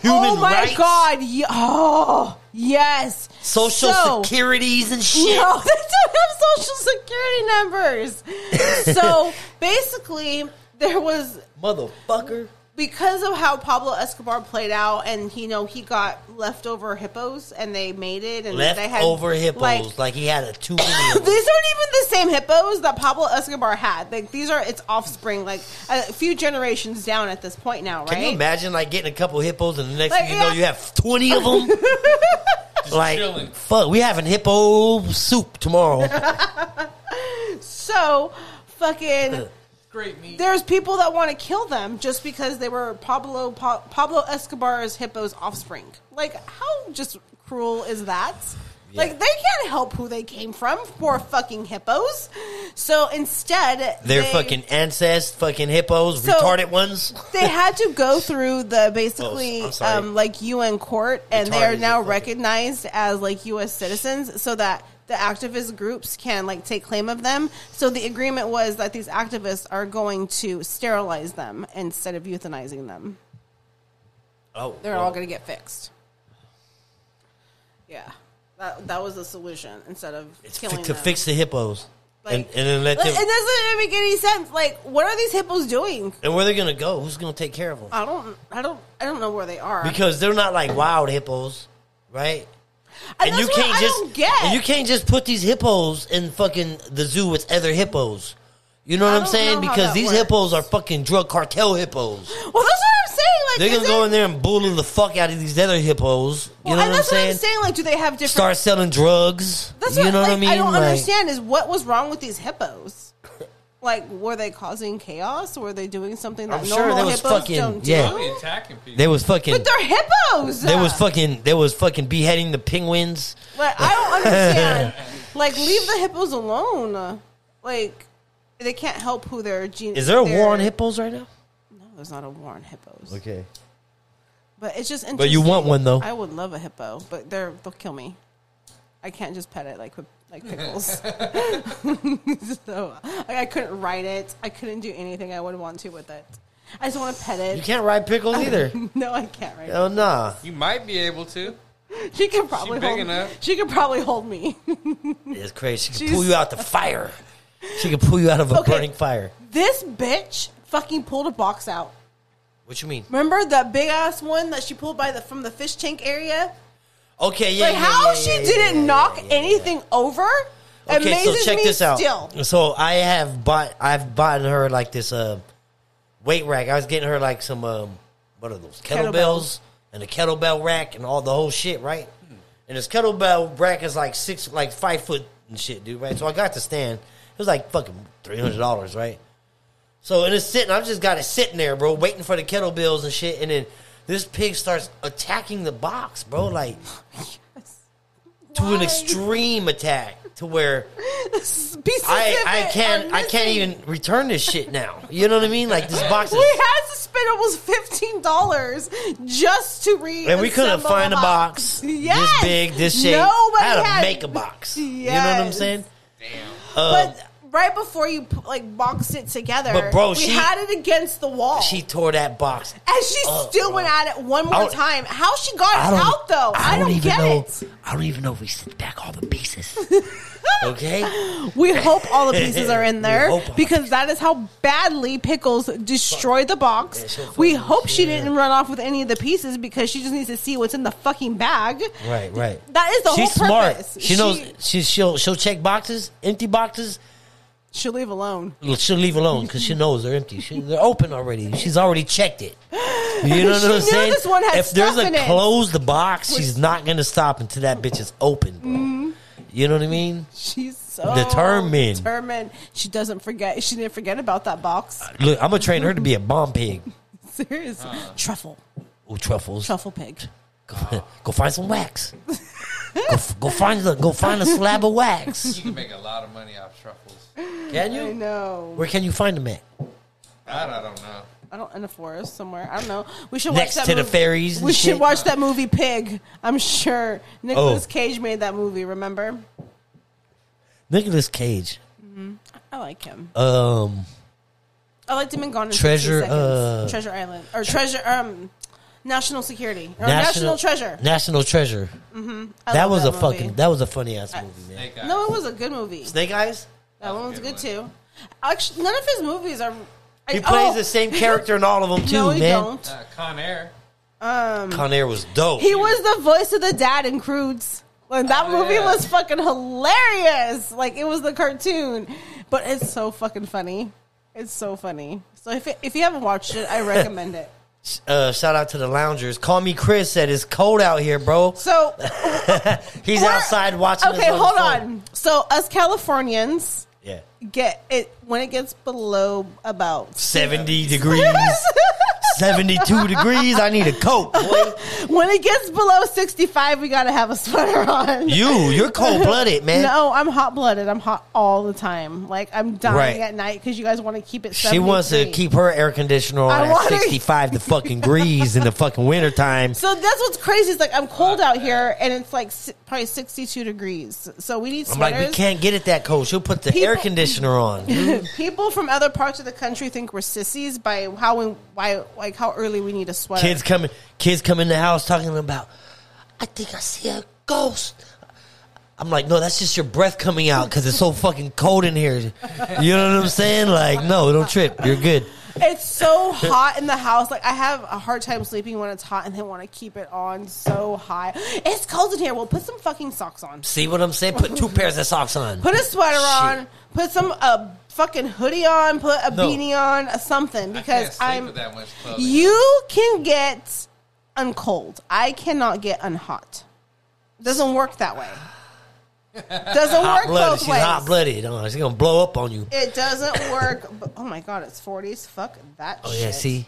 Speaker 1: human
Speaker 2: (gasps) oh my
Speaker 1: rights,
Speaker 2: god! ye- Oh yes.
Speaker 1: social
Speaker 2: So-
Speaker 1: securities and shit?
Speaker 2: No, (laughs) they don't have social security
Speaker 1: (laughs)
Speaker 2: numbers. so basically, there was
Speaker 1: Motherfucker.
Speaker 2: because of how Pablo Escobar played out, and you know he got leftover hippos, and they mated, and they had
Speaker 1: Leftover hippos, like,
Speaker 2: Like,
Speaker 1: he had a too many.
Speaker 2: (laughs) these
Speaker 1: of
Speaker 2: aren't even
Speaker 1: them.
Speaker 2: the same hippos that Pablo Escobar had. Like these are its offspring, like a few generations down at this point now, right?
Speaker 1: Can you imagine like getting a couple hippos and the next
Speaker 2: Like,
Speaker 1: thing you know
Speaker 2: yeah.
Speaker 1: you have twenty of
Speaker 2: (laughs)
Speaker 1: them?
Speaker 3: Just
Speaker 1: like
Speaker 3: chilling.
Speaker 1: fuck, we having hippo soup
Speaker 2: (laughs)
Speaker 1: tomorrow.
Speaker 2: So, fucking.
Speaker 3: Great meat.
Speaker 2: There's people that want to kill them just because they were Pablo pa- Pablo Escobar's hippo's offspring. Like, how just cruel is that? Like, they can't help who they came from. Poor fucking hippos. So instead,
Speaker 1: Their
Speaker 2: they-
Speaker 1: fucking ancest, fucking hippos,
Speaker 2: So-
Speaker 1: retarded ones.
Speaker 2: They had to go through the basically
Speaker 1: Oh, I'm sorry.
Speaker 2: um, like UN court, and they
Speaker 1: Retarded
Speaker 2: are
Speaker 1: is
Speaker 2: now
Speaker 1: a fucking-
Speaker 2: recognized as like U.S. citizens, so that the activist groups can like take claim of them. So the agreement was that these activists are going to sterilize them instead of euthanizing them.
Speaker 1: Oh,
Speaker 2: They're all going to get fixed. Yeah, that that was the solution instead of
Speaker 1: it's fi-
Speaker 2: killing
Speaker 1: to
Speaker 2: them.
Speaker 1: fix the hippos,
Speaker 2: Like-
Speaker 1: and, and then let
Speaker 2: Like,
Speaker 1: them.
Speaker 2: it doesn't even make any sense. Like, what are these hippos doing?
Speaker 1: and where they're gonna go? Who's gonna take care of them?
Speaker 2: I don't, I don't, I don't know where they are.
Speaker 1: Because they're not like wild hippos, right?
Speaker 2: And, that's what
Speaker 1: just
Speaker 2: I don't get.
Speaker 1: and you can't just put these hippos in fucking the zoo with other hippos. You know what
Speaker 2: I
Speaker 1: I'm
Speaker 2: don't
Speaker 1: saying?
Speaker 2: know how
Speaker 1: Because
Speaker 2: that
Speaker 1: these
Speaker 2: works.
Speaker 1: hippos are fucking drug cartel hippos.
Speaker 2: well, that's what I'm saying. Like,
Speaker 1: They're gonna
Speaker 2: is
Speaker 1: go
Speaker 2: it-
Speaker 1: in there and bully the fuck out of these other hippos. You
Speaker 2: Well,
Speaker 1: know what
Speaker 2: and
Speaker 1: I'm
Speaker 2: that's
Speaker 1: saying?
Speaker 2: what I'm saying. Like, do they have different?
Speaker 1: Start selling drugs.
Speaker 2: that's
Speaker 1: you
Speaker 2: what,
Speaker 1: know
Speaker 2: like,
Speaker 1: what I mean?
Speaker 2: don't
Speaker 1: Like,
Speaker 2: understand is what was wrong with these hippos. (laughs) Like, were they causing chaos? Were they doing something that
Speaker 1: I'm sure
Speaker 2: normal
Speaker 1: there was
Speaker 2: hippos
Speaker 1: fucking-
Speaker 2: don't
Speaker 1: yeah.
Speaker 2: do?
Speaker 3: Probably attacking people.
Speaker 1: They was fucking.
Speaker 2: But they're hippos.
Speaker 1: There was fucking there was fucking beheading the penguins.
Speaker 2: Like, I
Speaker 1: (laughs)
Speaker 2: don't understand. like, leave the hippos alone. Like, they can't help who their gene.
Speaker 1: Is there a
Speaker 2: their-
Speaker 1: war on hippos right now?
Speaker 2: No, there's not a war on hippos.
Speaker 1: Okay.
Speaker 2: But it's just interesting.
Speaker 1: But you want one though.
Speaker 2: I would love a hippo, but they're they'll kill me. I can't just pet it like with-
Speaker 1: (laughs)
Speaker 2: like pickles. (laughs) so like, I couldn't ride it. I couldn't do anything I would want to with it. I just want to pet
Speaker 1: You
Speaker 2: it.
Speaker 1: can't ride pickles
Speaker 2: (laughs)
Speaker 1: either.
Speaker 2: No, I can't ride.
Speaker 1: oh nah.
Speaker 3: you might be able to.
Speaker 2: it. She can probably
Speaker 3: big
Speaker 2: hold.
Speaker 3: enough.
Speaker 2: She can probably hold me. (laughs)
Speaker 1: It's crazy. She can
Speaker 2: She's-
Speaker 1: pull you out the fire. She can pull you out of a
Speaker 2: Okay.
Speaker 1: burning fire.
Speaker 2: this bitch fucking pulled a box out.
Speaker 1: What you mean?
Speaker 2: Remember that big ass one that she pulled by the from the fish tank area?
Speaker 1: Okay, yeah.
Speaker 2: Like
Speaker 1: yeah,
Speaker 2: how
Speaker 1: yeah,
Speaker 2: she
Speaker 1: yeah,
Speaker 2: didn't
Speaker 1: yeah, yeah,
Speaker 2: knock
Speaker 1: yeah, yeah.
Speaker 2: anything over.
Speaker 1: Okay, so
Speaker 2: amazes
Speaker 1: check
Speaker 2: me
Speaker 1: this out.
Speaker 2: Still,
Speaker 1: So I have bought I've bought her like this uh, weight rack. I was getting her like some um, what are those kettlebells,
Speaker 2: Kettlebells.
Speaker 1: and a kettlebell rack and all the whole shit, right?
Speaker 2: Hmm.
Speaker 1: And this kettlebell rack is like six, like five foot and shit, dude, right? So I got the stand. It was like fucking three hundred dollars, right? So and it's sitting. I've just got it sitting there, bro, waiting for the kettlebells and shit. And then this pig starts attacking the box, bro,
Speaker 2: (laughs)
Speaker 1: like to an
Speaker 2: Hmm. Why?
Speaker 1: extreme attack to
Speaker 2: (laughs)
Speaker 1: where.
Speaker 2: pieces of
Speaker 1: I, I
Speaker 2: it
Speaker 1: can't
Speaker 2: are
Speaker 1: I can't
Speaker 2: missing.
Speaker 1: even return this shit now. You know what I mean? Like this box is
Speaker 2: (laughs) We had to spend almost fifteen dollars just to read,
Speaker 1: and we couldn't find a box,
Speaker 2: Yes,
Speaker 1: this big, this shape.
Speaker 2: Nobody
Speaker 1: I had to
Speaker 2: had
Speaker 1: make a box. You know what I'm
Speaker 2: Yes.
Speaker 1: saying?
Speaker 3: Damn.
Speaker 1: Uh,
Speaker 2: But right before you p- like boxed it together.
Speaker 1: But, bro,
Speaker 2: we
Speaker 1: she-
Speaker 2: had it against the wall.
Speaker 1: She tore that box.
Speaker 2: and she
Speaker 1: Oh,
Speaker 2: still went at it one more
Speaker 1: I'll-
Speaker 2: time. How she got it out though? I don't,
Speaker 1: even
Speaker 2: get
Speaker 1: know.
Speaker 2: it.
Speaker 1: I don't even know if we sent back all the
Speaker 2: (laughs)
Speaker 1: pieces. okay.
Speaker 2: We hope all the pieces are
Speaker 1: (laughs)
Speaker 2: in
Speaker 1: We
Speaker 2: there
Speaker 1: hope all
Speaker 2: because that is how badly Pickles destroyed the
Speaker 1: Yeah,
Speaker 2: box.
Speaker 1: she'll
Speaker 2: we
Speaker 1: fucking
Speaker 2: hope she
Speaker 1: shit.
Speaker 2: didn't run off with any of the pieces because she just needs to see what's in the fucking bag.
Speaker 1: Right, right.
Speaker 2: That is the
Speaker 1: She's
Speaker 2: whole
Speaker 1: smart.
Speaker 2: purpose.
Speaker 1: She knows. She, she'll she'll check boxes, empty boxes.
Speaker 2: She'll leave alone.
Speaker 1: She'll leave alone because she knows they're empty. She, they're open already. She's already checked it. You know what
Speaker 2: She
Speaker 1: I'm
Speaker 2: knew
Speaker 1: saying?
Speaker 2: this one had
Speaker 1: if there's
Speaker 2: stuff
Speaker 1: a
Speaker 2: in it.
Speaker 1: closed box, she's not gonna stop until that bitch is open, bro.
Speaker 2: Mm-hmm.
Speaker 1: You know what I mean?
Speaker 2: She's so
Speaker 1: Determined.
Speaker 2: Determined. She doesn't forget. She didn't forget about that box. (laughs)
Speaker 1: Look, I'm gonna train her to be a bomb pig.
Speaker 2: Seriously,
Speaker 1: Uh.
Speaker 2: truffle,
Speaker 1: Ooh, truffles.
Speaker 2: truffle pig.
Speaker 1: Go, (laughs) go find some wax. go, f- go find a, go find a slab of wax.
Speaker 3: You can make a lot of money off truffles.
Speaker 1: Can
Speaker 2: I
Speaker 1: you?
Speaker 2: know.
Speaker 1: Where can you find them at?
Speaker 3: That I don't know.
Speaker 2: I don't in the forest somewhere. I don't know. We should
Speaker 1: Next
Speaker 2: watch that
Speaker 1: to the
Speaker 2: movie.
Speaker 1: fairies and
Speaker 2: We
Speaker 1: shit.
Speaker 2: should watch that movie Pig. I'm sure Nicolas
Speaker 1: Oh.
Speaker 2: Cage made that movie. Remember?
Speaker 1: Nicholas Cage.
Speaker 2: I like him.
Speaker 1: Um,
Speaker 2: I liked him in Gone in
Speaker 1: Treasure,
Speaker 2: 60 Seconds.
Speaker 1: uh,
Speaker 2: Treasure Island or Treasure um National Security or National, Treasure.
Speaker 1: National Treasure.
Speaker 2: I
Speaker 1: That
Speaker 2: love
Speaker 1: was a
Speaker 2: movie.
Speaker 1: fucking. That was a funny ass movie, man.
Speaker 3: Snake eyes.
Speaker 2: No, it was a good movie.
Speaker 1: Snake Eyes.
Speaker 2: That one was
Speaker 3: was a
Speaker 2: good,
Speaker 3: good
Speaker 2: too. Actually, none of his movies are. I-
Speaker 1: He plays
Speaker 2: oh,
Speaker 1: the same character in all of them too,
Speaker 2: (laughs) no, he
Speaker 1: man.
Speaker 2: don't.
Speaker 3: Uh, Con Air.
Speaker 1: Con Air was dope.
Speaker 2: He was the voice of the dad in Crudes. Like that
Speaker 3: Oh,
Speaker 2: movie
Speaker 3: yeah.
Speaker 2: was fucking hilarious. Like it was the cartoon, but it's so fucking funny. It's so funny. So if it, if you haven't watched it, I recommend it.
Speaker 1: uh, shout out to the loungers. Call me Chris. Said it's cold out here, bro.
Speaker 2: So
Speaker 1: He's
Speaker 2: we're-
Speaker 1: outside watching. us
Speaker 2: Okay,
Speaker 1: the
Speaker 2: hold
Speaker 1: phone.
Speaker 2: on. So us Californians
Speaker 1: Yeah,
Speaker 2: get it when it gets below about (laughs)
Speaker 1: seventy degrees. 72 degrees. I need a coat, boy.
Speaker 2: when it gets below sixty five, we gotta have a sweater on.
Speaker 1: You, you're cold blooded, man.
Speaker 2: No, I'm hot blooded. I'm hot all the time. Like I'm dying
Speaker 1: Right.
Speaker 2: at night because you guys want to keep it.
Speaker 1: She wants to
Speaker 2: 73.
Speaker 1: keep her air conditioner on
Speaker 2: I
Speaker 1: at
Speaker 2: wanna-
Speaker 1: 65 to fucking degrees in the fucking wintertime.
Speaker 2: So that's what's crazy. Is like I'm cold
Speaker 1: Uh,
Speaker 2: out here, and it's like si- probably 62 degrees. So we need
Speaker 1: I'm
Speaker 2: sweaters.
Speaker 1: like, we can't get it that cold. She'll put the air
Speaker 2: People-
Speaker 1: conditioner on.
Speaker 2: (laughs) People from other parts of the country think we're sissies by how we, why like how early we need a sweater.
Speaker 1: kids coming, kids come in the house talking about, I think I see a ghost. I'm like, no, that's just your breath coming out because it's so fucking cold in here. You know what I'm saying? Like, no, don't trip. You're good.
Speaker 2: It's so hot in the house. Like I have a hard time sleeping when it's hot, and they want to keep it on so high. It's cold in here. Well, put some fucking socks on.
Speaker 1: See what I'm saying? Put two pairs of socks on.
Speaker 2: Put a sweater
Speaker 1: Shit.
Speaker 2: on. Put some uh, fucking hoodie on. Put a
Speaker 1: No.
Speaker 2: beanie on. uh, Something
Speaker 3: I
Speaker 2: because
Speaker 3: can't sleep
Speaker 2: I'm.
Speaker 3: with that much clothing.
Speaker 2: You can get uncold. I cannot get unhot. Doesn't work that way. Doesn't
Speaker 1: hot
Speaker 2: work
Speaker 1: blooded.
Speaker 2: both
Speaker 1: She's
Speaker 2: ways.
Speaker 1: hot blooded. Oh, she's gonna blow up on you.
Speaker 2: It doesn't work. but- oh my god, it's forties. Fuck that.
Speaker 1: Oh yeah,
Speaker 2: shit.
Speaker 1: see,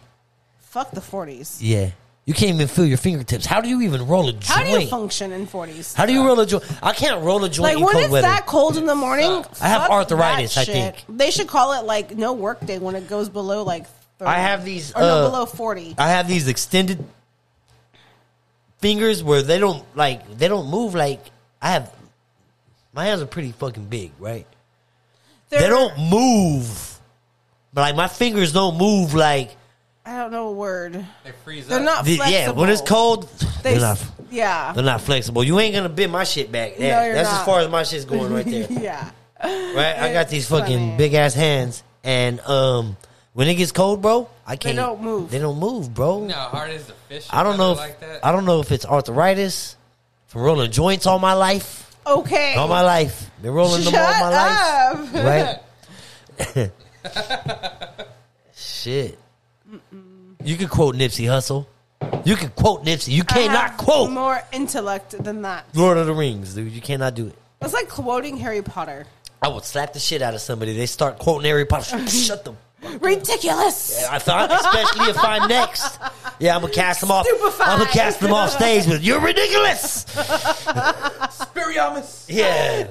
Speaker 2: Fuck the forties.
Speaker 1: yeah. You can't even feel your fingertips. How do you even roll a joint?
Speaker 2: How do you function in forties?
Speaker 1: How do you roll a joint? I can't roll a joint
Speaker 2: Like
Speaker 1: in
Speaker 2: when
Speaker 1: cold
Speaker 2: it's
Speaker 1: weather.
Speaker 2: that cold in the morning.
Speaker 3: sucks.
Speaker 1: I have
Speaker 2: fuck
Speaker 1: arthritis,
Speaker 2: that
Speaker 1: I
Speaker 2: shit.
Speaker 1: think.
Speaker 2: they should call it like no work day when it goes below like. 30,
Speaker 1: I have these,
Speaker 2: or no
Speaker 1: uh,
Speaker 2: below forty.
Speaker 1: I have these extended fingers where they don't like they don't move like I have my hands are pretty fucking big, right?
Speaker 2: They're-
Speaker 1: they don't move. But like my fingers don't move like
Speaker 2: I don't know a word.
Speaker 3: They freeze
Speaker 2: They're
Speaker 3: up.
Speaker 2: not.
Speaker 1: Uh, the-
Speaker 2: Flexible.
Speaker 1: yeah, when it's cold,
Speaker 2: They,
Speaker 1: they, are
Speaker 2: s-
Speaker 1: not
Speaker 2: yeah. (laughs)
Speaker 1: they're not flexible. You ain't gonna bend my shit back. Yeah,
Speaker 2: you're
Speaker 1: that's
Speaker 2: not.
Speaker 1: as far as my shit's going
Speaker 2: (laughs)
Speaker 1: right there.
Speaker 2: yeah.
Speaker 1: Right? I got these
Speaker 2: It's
Speaker 1: fucking
Speaker 2: funny.
Speaker 1: big ass hands and um when it gets cold, bro, I can't
Speaker 2: don't move.
Speaker 1: They don't move, bro.
Speaker 3: You know how hard it is to fish. in
Speaker 1: I don't know if
Speaker 3: weather like that.
Speaker 1: I don't know if it's arthritis from rolling joints all my life.
Speaker 2: Okay.
Speaker 1: All my life. Been rolling
Speaker 2: Shut
Speaker 1: them all my life.
Speaker 2: up.
Speaker 1: Right? Shit. You could quote Nipsey Hustle. You could quote Nipsey. You
Speaker 2: I
Speaker 1: cannot
Speaker 2: have
Speaker 1: quote
Speaker 2: more intellect than that.
Speaker 1: Lord of the Rings, dude. You cannot do it.
Speaker 2: That's like quoting Harry Potter.
Speaker 1: I would slap the shit out of somebody. They start quoting Harry
Speaker 2: (laughs)
Speaker 1: Potter. Shut them.
Speaker 2: Ridiculous.
Speaker 1: I thought, especially if I'm next. Yeah, I'm gonna cast them off.
Speaker 2: Stupefied.
Speaker 1: I'm gonna cast them off stage with "You're ridiculous."
Speaker 3: Spiriamus.
Speaker 1: Yeah.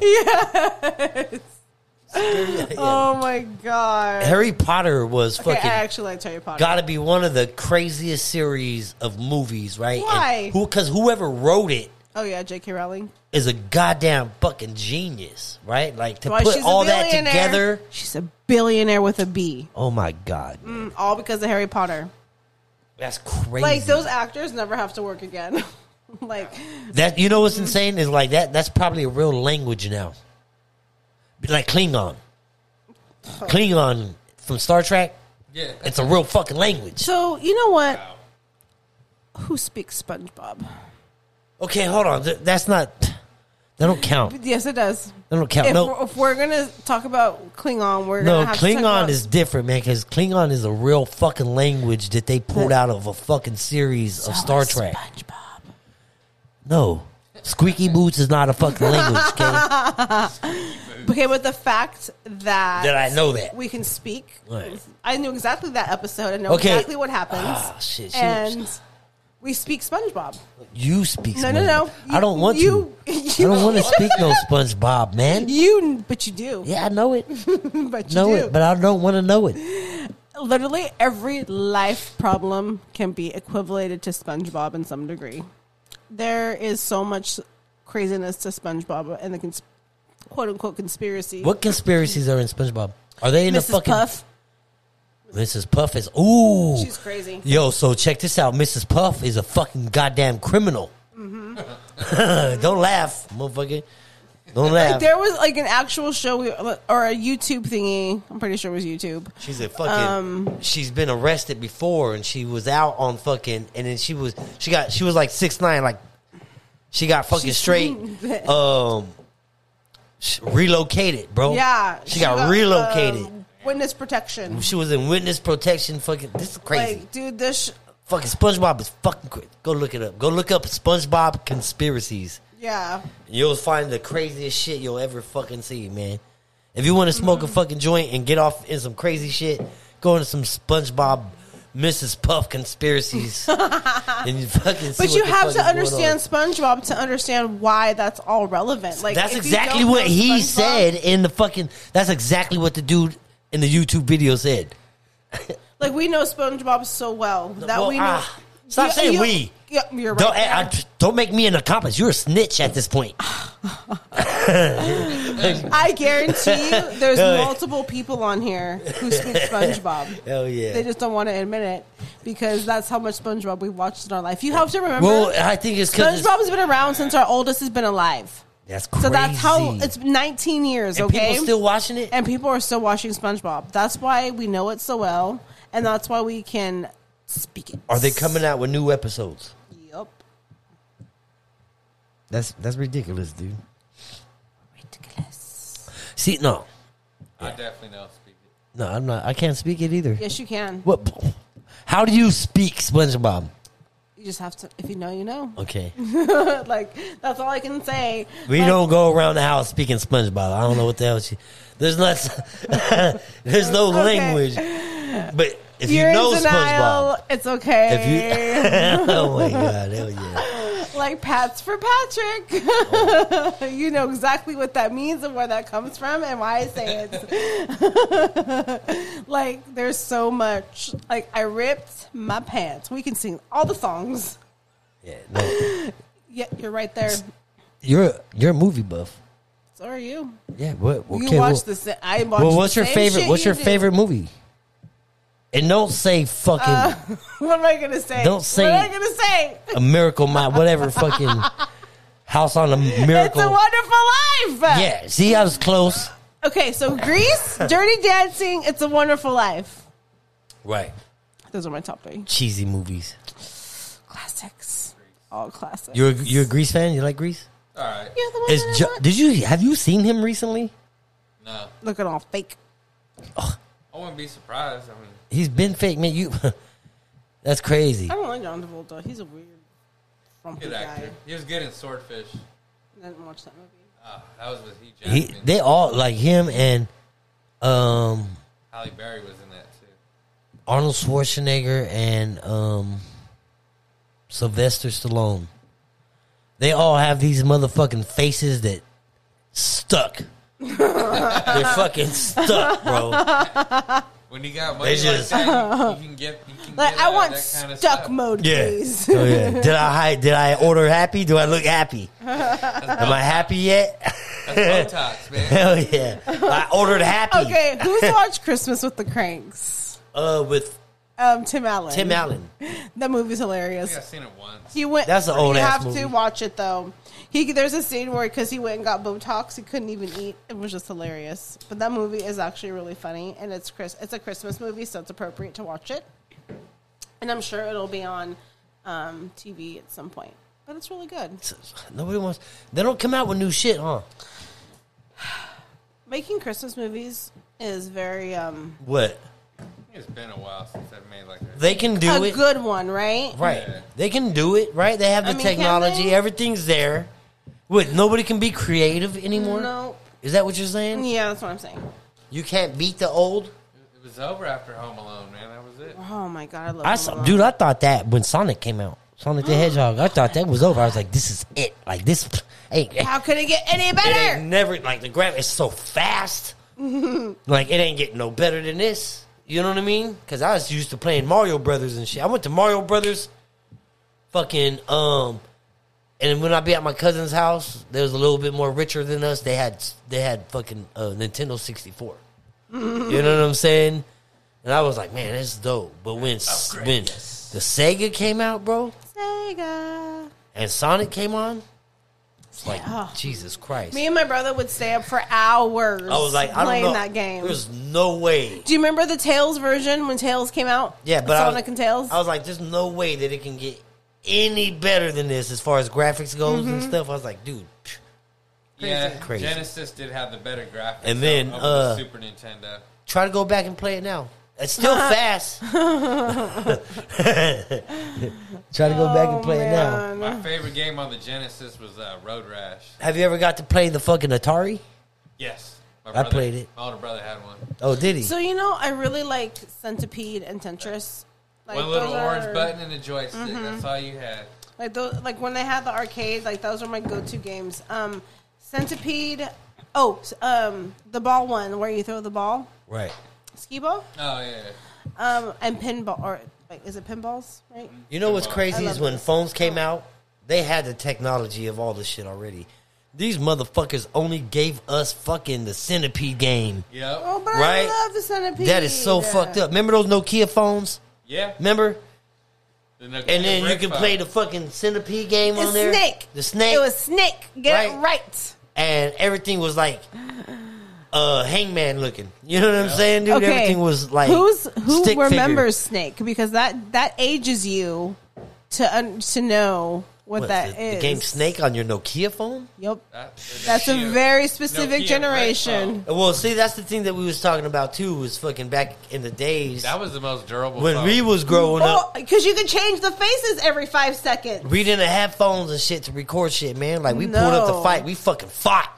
Speaker 2: Oh my god.
Speaker 1: Harry Potter was
Speaker 2: okay, I
Speaker 1: fucking
Speaker 2: actually liked Harry Potter.
Speaker 1: got to be one of the craziest series of movies, right?
Speaker 2: Why?
Speaker 1: Because whoever wrote it
Speaker 2: Oh yeah, J.K. Rowling.
Speaker 1: is a goddamn fucking genius, right? Like to
Speaker 2: Why
Speaker 1: put
Speaker 2: she's
Speaker 1: all
Speaker 2: a
Speaker 1: that
Speaker 2: billionaire?
Speaker 1: together.
Speaker 2: She's a billionaire with a B.
Speaker 1: Oh my god,
Speaker 2: Mm, All because of Harry Potter.
Speaker 1: that's crazy.
Speaker 2: Like those actors never have to work again. (laughs) like
Speaker 1: that you know what's insane is like that. That's probably a real language now. Like Klingon, Klingon from Star Trek.
Speaker 3: Yeah.
Speaker 1: It's a real fucking language.
Speaker 2: so, you know what?
Speaker 3: Wow.
Speaker 2: Who speaks SpongeBob?
Speaker 1: Okay, hold on. Th- That's not. That don't count.
Speaker 2: Yes, it does.
Speaker 1: That don't count.
Speaker 2: If,
Speaker 1: no,
Speaker 2: we're, if we're gonna talk about Klingon, we're
Speaker 1: No,
Speaker 2: gonna have to talk
Speaker 1: Klingon
Speaker 2: about-
Speaker 1: is different, man, because Klingon is a real fucking language that they pulled out of a fucking series of Star Trek.
Speaker 2: SpongeBob.
Speaker 1: No. Squeaky boots is not a fucking language, okay?
Speaker 2: (laughs)
Speaker 1: that
Speaker 2: Okay, but the fact that
Speaker 1: I know that.
Speaker 2: we can speak,
Speaker 1: Right.
Speaker 2: I knew exactly that episode. I know
Speaker 1: Okay.
Speaker 2: exactly what happens,
Speaker 1: Ah, shit, she
Speaker 2: and we speak SpongeBob.
Speaker 1: You speak
Speaker 2: No, no, no.
Speaker 1: SpongeBob. I don't want
Speaker 2: You-
Speaker 1: to.
Speaker 2: you-
Speaker 1: I don't
Speaker 2: (laughs)
Speaker 1: want to speak no SpongeBob, man.
Speaker 2: You, but you do,
Speaker 1: Yeah, I know it.
Speaker 2: (laughs) but you
Speaker 1: Know
Speaker 2: do.
Speaker 1: it, but I don't want to know it.
Speaker 2: Literally every life problem can be equivalated to SpongeBob in some degree. There is so much craziness to SpongeBob and the cons- quote unquote conspiracy.
Speaker 1: What conspiracies are in SpongeBob? Are they in the
Speaker 2: Mrs.
Speaker 1: fucking
Speaker 2: Puff,
Speaker 1: Mrs. Puff is ooh.
Speaker 2: she's crazy.
Speaker 1: Yo, so check this out. Mrs. Puff is a fucking goddamn criminal. (laughs) Don't laugh, motherfucker. Don't laugh.
Speaker 2: There was Mm-hmm. like an actual show we, or a YouTube thingy. I'm pretty sure it was YouTube.
Speaker 1: She's a fucking.
Speaker 2: um,
Speaker 1: she's been arrested before, and she was out on fucking. And then she was. She got. She was like six nine. Like she got fucking
Speaker 2: She's
Speaker 1: straight.
Speaker 2: big.
Speaker 1: Um, sh- relocated, bro.
Speaker 2: Yeah,
Speaker 1: she, got, relocated.
Speaker 2: um, witness protection.
Speaker 1: she was in witness protection. Fucking. This is crazy.
Speaker 2: Like, dude, this. Sh-
Speaker 1: fucking SpongeBob is fucking. Crazy. Go look it up. Go look up SpongeBob conspiracies.
Speaker 2: yeah,
Speaker 1: You'll find the craziest shit you'll ever fucking see, man. If you want to smoke
Speaker 2: Mm-hmm.
Speaker 1: a fucking joint and get off in some crazy shit, go into some SpongeBob, Mrs. Puff
Speaker 2: (laughs)
Speaker 1: conspiracies, and you fucking. See
Speaker 2: but
Speaker 1: what
Speaker 2: you
Speaker 1: the fuck
Speaker 2: have to
Speaker 1: is going
Speaker 2: understand
Speaker 1: on.
Speaker 2: SpongeBob to understand why that's all relevant. Like,
Speaker 1: That's
Speaker 2: if you
Speaker 1: exactly
Speaker 2: don't
Speaker 1: what
Speaker 2: know
Speaker 1: he
Speaker 2: SpongeBob-
Speaker 1: said in the fucking. That's exactly what the dude in the YouTube video said.
Speaker 2: Like, we know SpongeBob so well that
Speaker 1: Well,
Speaker 2: we know.
Speaker 1: ah, stop saying we.
Speaker 2: Yeah, you're right.
Speaker 1: Don't,
Speaker 2: yeah.
Speaker 1: I, I- don't make me an accomplice. You're a snitch at this point.
Speaker 2: I guarantee
Speaker 1: (laughs)
Speaker 2: you, there's
Speaker 1: Yeah.
Speaker 2: multiple people on here who
Speaker 1: (laughs)
Speaker 2: speak SpongeBob.
Speaker 1: Hell yeah.
Speaker 2: They just don't want to admit it because that's how much SpongeBob we've watched in our life. You have to remember,
Speaker 1: Well, I think it's because
Speaker 2: SpongeBob has been around since our oldest has been alive.
Speaker 1: that's crazy.
Speaker 2: So that's how it's been 19 years.
Speaker 1: and
Speaker 2: okay,
Speaker 1: people still watching it.
Speaker 2: and people are still watching SpongeBob. That's why we know it so well, and that's why we can speak it.
Speaker 1: Are they coming out with new episodes?
Speaker 2: Yep.
Speaker 1: That's that's ridiculous, dude.
Speaker 2: Ridiculous.
Speaker 1: See, no,
Speaker 3: I definitely don't speak it.
Speaker 1: no, I'm not. I can't speak it either.
Speaker 2: Yes, you can.
Speaker 1: What? How do you speak SpongeBob?
Speaker 2: You just have to. If you know, you know. (laughs)
Speaker 1: Okay,
Speaker 2: like that's all I can say.
Speaker 1: we
Speaker 2: Like,
Speaker 1: don't go around the house speaking SpongeBob. I don't know what the hell she. There's not. (laughs) there's no
Speaker 2: Okay.
Speaker 1: language. But if you
Speaker 2: you're
Speaker 1: know
Speaker 2: in denial.
Speaker 1: SpongeBob,
Speaker 2: It's
Speaker 1: if
Speaker 2: okay.
Speaker 1: you. (laughs) oh my god! Hell yeah!
Speaker 2: (laughs) like pats for Patrick. (laughs) you know exactly what that means and where that comes from and why I say it. (laughs) like there's so much. Like I ripped my pants. We can sing all the songs.
Speaker 1: Yeah, no.
Speaker 2: Yeah, you're right there.
Speaker 1: You're you're a movie buff.
Speaker 2: So are you.
Speaker 1: Yeah. What? Okay,
Speaker 2: you watch
Speaker 1: well-
Speaker 2: the the. I watch.
Speaker 1: Well, what's your favorite? What's your favorite
Speaker 2: movie?
Speaker 1: movie? And don't say fucking
Speaker 2: (laughs) Uh. What am I gonna say?
Speaker 1: Don't say-
Speaker 2: What am I gonna say?
Speaker 1: a miracle, my whatever fucking house on a
Speaker 2: It's
Speaker 1: miracle.
Speaker 2: a wonderful life.
Speaker 1: oh. yeah, see, I was close.
Speaker 2: Okay,
Speaker 1: (laughs)
Speaker 2: so Grease, Dirty Dancing, It's a Wonderful Life.
Speaker 1: Right,
Speaker 2: Those are my top three
Speaker 1: cheesy movies.
Speaker 2: classics. All classics.
Speaker 1: You're a, you're a Grease fan. You like Grease?
Speaker 3: All right.
Speaker 2: You're the one
Speaker 1: Is
Speaker 2: that I
Speaker 1: jo-
Speaker 2: want.
Speaker 1: did you have you seen him recently?
Speaker 3: No.
Speaker 2: looking all fake.
Speaker 3: I wouldn't be surprised. I mean,
Speaker 1: He's been fake, man. You, (laughs) that's crazy.
Speaker 2: I don't like John Travolta. He's a weird, frumpy
Speaker 3: good
Speaker 2: guy.
Speaker 3: actor. He was good in Swordfish.
Speaker 2: I didn't watch that movie.
Speaker 3: Ah, that was with he
Speaker 1: He,
Speaker 3: Jackman.
Speaker 1: they all like him and um
Speaker 3: Halle Berry was in that too.
Speaker 1: Arnold Schwarzenegger and um, Sylvester Stallone. They all have these motherfucking faces that
Speaker 2: (laughs)
Speaker 1: stuck. They're fucking stuck, bro.
Speaker 3: When he got money
Speaker 1: They just-
Speaker 2: (laughs)
Speaker 3: like that, you, you can get you can
Speaker 2: Like,
Speaker 3: Yeah,
Speaker 2: I want
Speaker 3: that kind of
Speaker 2: stuck
Speaker 3: stuff.
Speaker 2: mode, (laughs)
Speaker 1: Yeah.
Speaker 2: please.
Speaker 1: Oh, yeah. Did I hi- did I order happy? Do I look
Speaker 2: (laughs)
Speaker 1: happy? Am I happy yet? (laughs)
Speaker 3: That's Botox, (laughs) man.
Speaker 1: Hell yeah! I ordered happy.
Speaker 2: okay, who's watched Christmas with the Cranks?
Speaker 1: Uh, with
Speaker 2: Um, Tim Allen.
Speaker 1: Tim Allen.
Speaker 2: That movie's
Speaker 3: I think I've
Speaker 2: hilarious.
Speaker 3: seen it once.
Speaker 2: He went.
Speaker 1: That's an
Speaker 2: You
Speaker 1: old-ass
Speaker 2: have
Speaker 1: movie.
Speaker 2: to watch it though. He there's a scene where because he went and got Botox, he couldn't even eat. It was just hilarious. But that movie is actually really funny, and it's Chris. It's a Christmas movie, so it's appropriate to watch it. And I'm sure it'll be on um, TV at some point. But it's really good.
Speaker 1: Nobody wants. They don't come out with new shit, huh?
Speaker 2: Making Christmas movies is very um,
Speaker 1: What
Speaker 3: It's been a while since I've made like a.
Speaker 1: they can do
Speaker 2: a
Speaker 1: it
Speaker 2: good one, right?
Speaker 1: right.
Speaker 3: Yeah.
Speaker 1: They can do it right. They have the
Speaker 2: I mean, can
Speaker 1: technology.
Speaker 2: they?
Speaker 1: Everything's there. What? Nobody can be creative anymore.
Speaker 2: No.
Speaker 1: Is that what you're saying?
Speaker 2: Yeah, that's what I'm saying.
Speaker 1: You can't beat the old.
Speaker 3: It was over after Home Alone, man. That was it.
Speaker 2: Oh my god, I Mm. love.
Speaker 1: I
Speaker 2: Home
Speaker 1: saw,
Speaker 2: Alone.
Speaker 1: dude, I thought that when Sonic came out, Sonic the Hedgehog, I thought that was over. I was like, this is it. Like this, ain't, it
Speaker 2: How could it get any
Speaker 1: ain't
Speaker 2: better?
Speaker 1: never like the grab is so
Speaker 2: (laughs)
Speaker 1: fast. like it ain't getting no better than this. You know what I mean? Because I was used to playing Mario Brothers and shit. I went to Mario Brothers, fucking um, and when I be at my cousin's house, they was a little bit more richer than us. They had they had fucking uh, Nintendo sixty four. You know what I'm saying? And I was like, man, that's dope. But when s when the Sega came out, bro,
Speaker 2: Sega.
Speaker 1: and Sonic came on, it's like
Speaker 2: Yeah.
Speaker 1: Jesus Christ.
Speaker 2: Me and my brother would stay up for hours.
Speaker 1: I was like, I don't
Speaker 2: playing
Speaker 1: know.
Speaker 2: that game.
Speaker 1: There's no way.
Speaker 2: Do you remember the Tails version when Tails came out?
Speaker 1: Yeah, but I
Speaker 2: Sonic
Speaker 1: was,
Speaker 2: and Tails.
Speaker 1: I was like, there's no way that it can get any better than this as far as graphics goes and
Speaker 2: Mm-hmm.
Speaker 1: stuff. I was like, dude, phew.
Speaker 3: Yeah,
Speaker 1: Crazy.
Speaker 3: Genesis did have the better graphics.
Speaker 1: And then,
Speaker 3: over the
Speaker 1: uh,
Speaker 3: Super Nintendo.
Speaker 1: try to go back and play it now. It's
Speaker 2: (laughs)
Speaker 1: still fast. (laughs) try to go back and play it now.
Speaker 2: Oh, Man.
Speaker 3: My favorite game on the Genesis was uh, Road Rash.
Speaker 1: Have you ever got to play the fucking Atari?
Speaker 3: Yes, my
Speaker 1: I played it.
Speaker 3: My older brother had one.
Speaker 1: Oh, did he?
Speaker 2: So you know, I really like Centipede and Tetris. Like
Speaker 3: one little
Speaker 2: those are- Mm-hmm.
Speaker 3: orange button and a joystick. That's all you had.
Speaker 2: Like those, like when they had the arcade, like those were my go-to games. Um, Centipede. Oh, s- um, the ball one where you throw the ball,
Speaker 1: right.
Speaker 2: skee ball,
Speaker 3: Oh yeah.
Speaker 2: um, and pinball, or like is it pinballs? Right.
Speaker 1: You know what's crazy
Speaker 2: I
Speaker 1: is
Speaker 2: love
Speaker 1: when
Speaker 2: this.
Speaker 1: phones came out, they had the technology of all this shit already. These motherfuckers only gave us fucking the centipede game.
Speaker 3: Yep.
Speaker 2: Oh, but
Speaker 1: Right?
Speaker 2: I love the centipede.
Speaker 1: That is so fucked up. Remember those Nokia phones?
Speaker 3: Yeah.
Speaker 1: Remember?
Speaker 3: The Nokia
Speaker 1: And then you
Speaker 3: brick
Speaker 1: can
Speaker 3: phone.
Speaker 1: play the fucking centipede game
Speaker 2: The
Speaker 1: on there.
Speaker 2: snake.
Speaker 1: The snake.
Speaker 2: It was snake. Get
Speaker 1: Right.
Speaker 2: it right.
Speaker 1: and everything was like uh hangman looking. You know what I'm saying, dude?
Speaker 2: okay.
Speaker 1: Everything was like
Speaker 2: who's who
Speaker 1: stick figure.
Speaker 2: remembers Snake because that that ages you to un, to know what,
Speaker 1: What,
Speaker 2: that is.
Speaker 1: the, the game Snake on your Nokia phone?
Speaker 2: Yep,
Speaker 3: That- the
Speaker 2: that's a
Speaker 3: Nokia-
Speaker 2: very specific
Speaker 3: Nokia brick
Speaker 2: generation.
Speaker 3: phone.
Speaker 1: Well, see, that's the thing that we was talking about too. Was fucking back in the days
Speaker 3: That was the most durable.
Speaker 1: when
Speaker 3: phone.
Speaker 1: we was growing
Speaker 2: Because
Speaker 1: up.
Speaker 2: Oh, you could change the faces every five seconds.
Speaker 1: We didn't have phones and shit to record shit, man. Like we pulled up the
Speaker 2: No.
Speaker 1: fight, we fucking fought.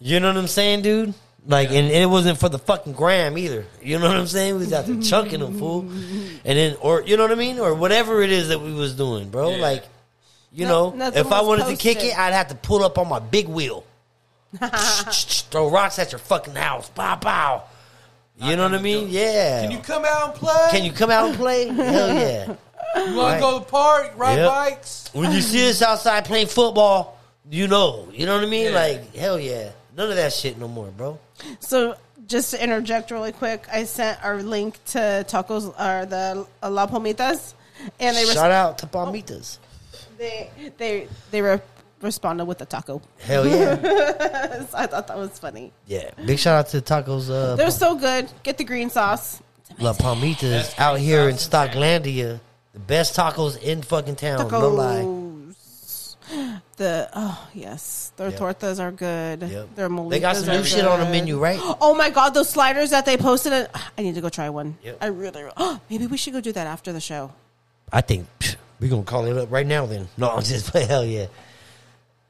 Speaker 1: You know what I'm saying, dude? Like, and, and it wasn't for the fucking gram either. You know what I'm saying? We was
Speaker 2: (laughs)
Speaker 1: out there chunking them, fool. And then, or you know what I mean, or whatever it is that we was doing, bro.
Speaker 3: Yeah.
Speaker 1: Like, you
Speaker 2: No-
Speaker 1: know,
Speaker 2: nothing
Speaker 1: if I
Speaker 2: was
Speaker 1: wanted to kick
Speaker 2: posted.
Speaker 1: it, I'd have to pull up on my big
Speaker 2: (laughs)
Speaker 1: wheel, throw rocks at your fucking house, pow pow. You know what I mean? Yeah.
Speaker 3: Can you come out and play?
Speaker 1: Can you come out and
Speaker 3: (laughs)
Speaker 1: play? Hell yeah.
Speaker 3: You want
Speaker 1: Right.
Speaker 3: to go to the park? Ride
Speaker 1: Yep.
Speaker 3: bikes?
Speaker 1: when you see us outside playing football, you know. You know what I mean?
Speaker 3: Yeah.
Speaker 1: Like, hell yeah. None of that shit no more, bro.
Speaker 2: So just to interject really quick, I sent our link to tacos or the uh, La Palmitas, and they res-
Speaker 1: Shout out to Palmitas.
Speaker 2: they they they re- responded with a taco. (laughs)
Speaker 1: Hell yeah.
Speaker 2: I thought that was funny.
Speaker 1: yeah. Big shout out to Tacos uh,
Speaker 2: They're so good. Get the green sauce.
Speaker 1: La Palmitas
Speaker 3: That's
Speaker 1: out here in
Speaker 3: pretty awesome,
Speaker 1: Stocklandia. The best tacos in fucking town. Oh, No lie.
Speaker 2: Tacos. (gasps) The oh yes, their
Speaker 1: Yep.
Speaker 2: tortas are good.
Speaker 1: Yep.
Speaker 2: Their molitas
Speaker 1: They got some
Speaker 2: are
Speaker 1: new shit on the
Speaker 2: good.
Speaker 1: menu, right?
Speaker 2: Oh my god, those sliders that they posted! uh, I need to go try one.
Speaker 1: Yep.
Speaker 2: I really, oh, (gasps) maybe we should go do that after the show.
Speaker 1: I think psh, we going to call it up right now then. (laughs) No, I'm just playing. Hell yeah.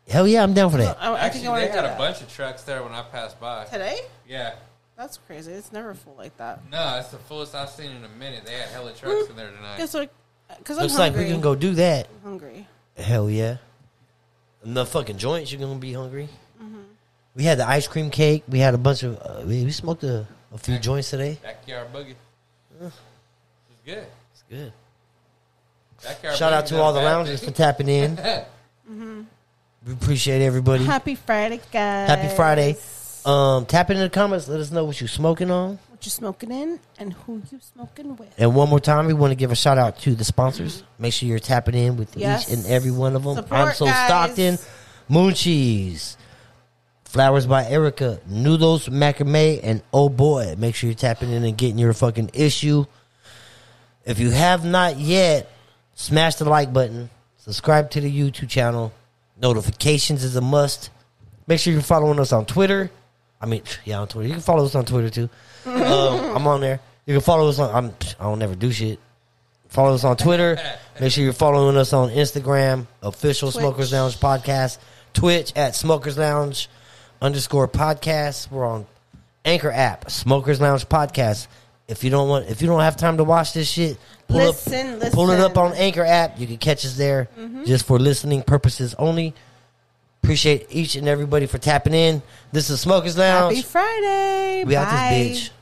Speaker 1: Hell yeah, I'm down for that.
Speaker 2: I, I think I
Speaker 3: Uh, Actually,
Speaker 2: want
Speaker 3: they
Speaker 2: to do
Speaker 3: had a
Speaker 2: that
Speaker 3: bunch of trucks there when I passed by.
Speaker 2: today.
Speaker 3: Yeah.
Speaker 2: That's crazy. It's never full like that.
Speaker 3: No, it's the fullest I've seen in a minute. They had hella trucks in there tonight.
Speaker 2: Guess what? Because I'm
Speaker 1: Looks like
Speaker 2: hungry.
Speaker 1: we can go do that.
Speaker 2: hungry.
Speaker 1: Hell yeah. And the fucking joints, you're gonna be hungry. We had the ice cream cake. We had a bunch of. Uh, we, we smoked a, a few joints today.
Speaker 3: Backyard boogie. It's good.
Speaker 1: Good.
Speaker 3: That guy
Speaker 1: Shout out
Speaker 3: brings
Speaker 1: to
Speaker 3: that
Speaker 1: all the
Speaker 3: back
Speaker 1: loungers
Speaker 3: thing.
Speaker 1: for tapping in.
Speaker 3: (laughs)
Speaker 1: We appreciate everybody.
Speaker 2: Happy Friday, guys.
Speaker 1: Happy Friday. Um, tap in the comments. Let us know what you smoking on.
Speaker 2: What you smoking in and who you smoking with.
Speaker 1: And one more time, we want to give a shout out to the sponsors. Make sure you're tapping in with
Speaker 2: Mm-hmm. Yes.
Speaker 1: each and every one of them. I'm
Speaker 2: Support,
Speaker 1: so
Speaker 2: guys.
Speaker 1: Stockton, Moon Cheese, Flowers by Erica, Noodles, Macrame, and Oh Boy. Make sure you're tapping in and getting your fucking issue. If you have not yet, smash the like button, subscribe to the YouTube channel. Notifications is a must. Make sure you're following us on Twitter. I mean, (laughs) yeah, on Twitter. You can follow us on Twitter too. um, I'm on there. You can follow us on. I'm, I don't never do shit. Follow us on Twitter. Make sure you're following us on Instagram. Official
Speaker 2: Twitch.
Speaker 1: Smokers Lounge podcast. Twitch at Smokers Lounge underscore podcast. We're on Anchor app Smokers Lounge podcast. If you don't want, if you don't have time to watch this shit, pull
Speaker 2: Listen,
Speaker 1: up, pull it up
Speaker 2: listen.
Speaker 1: on
Speaker 2: Mm-hmm.
Speaker 1: Anchor app. You can catch us there just for listening purposes only. Appreciate each and everybody for tapping in. This is Smokers Lounge.
Speaker 2: Happy Friday.
Speaker 1: we
Speaker 2: Bye.
Speaker 1: out this bitch.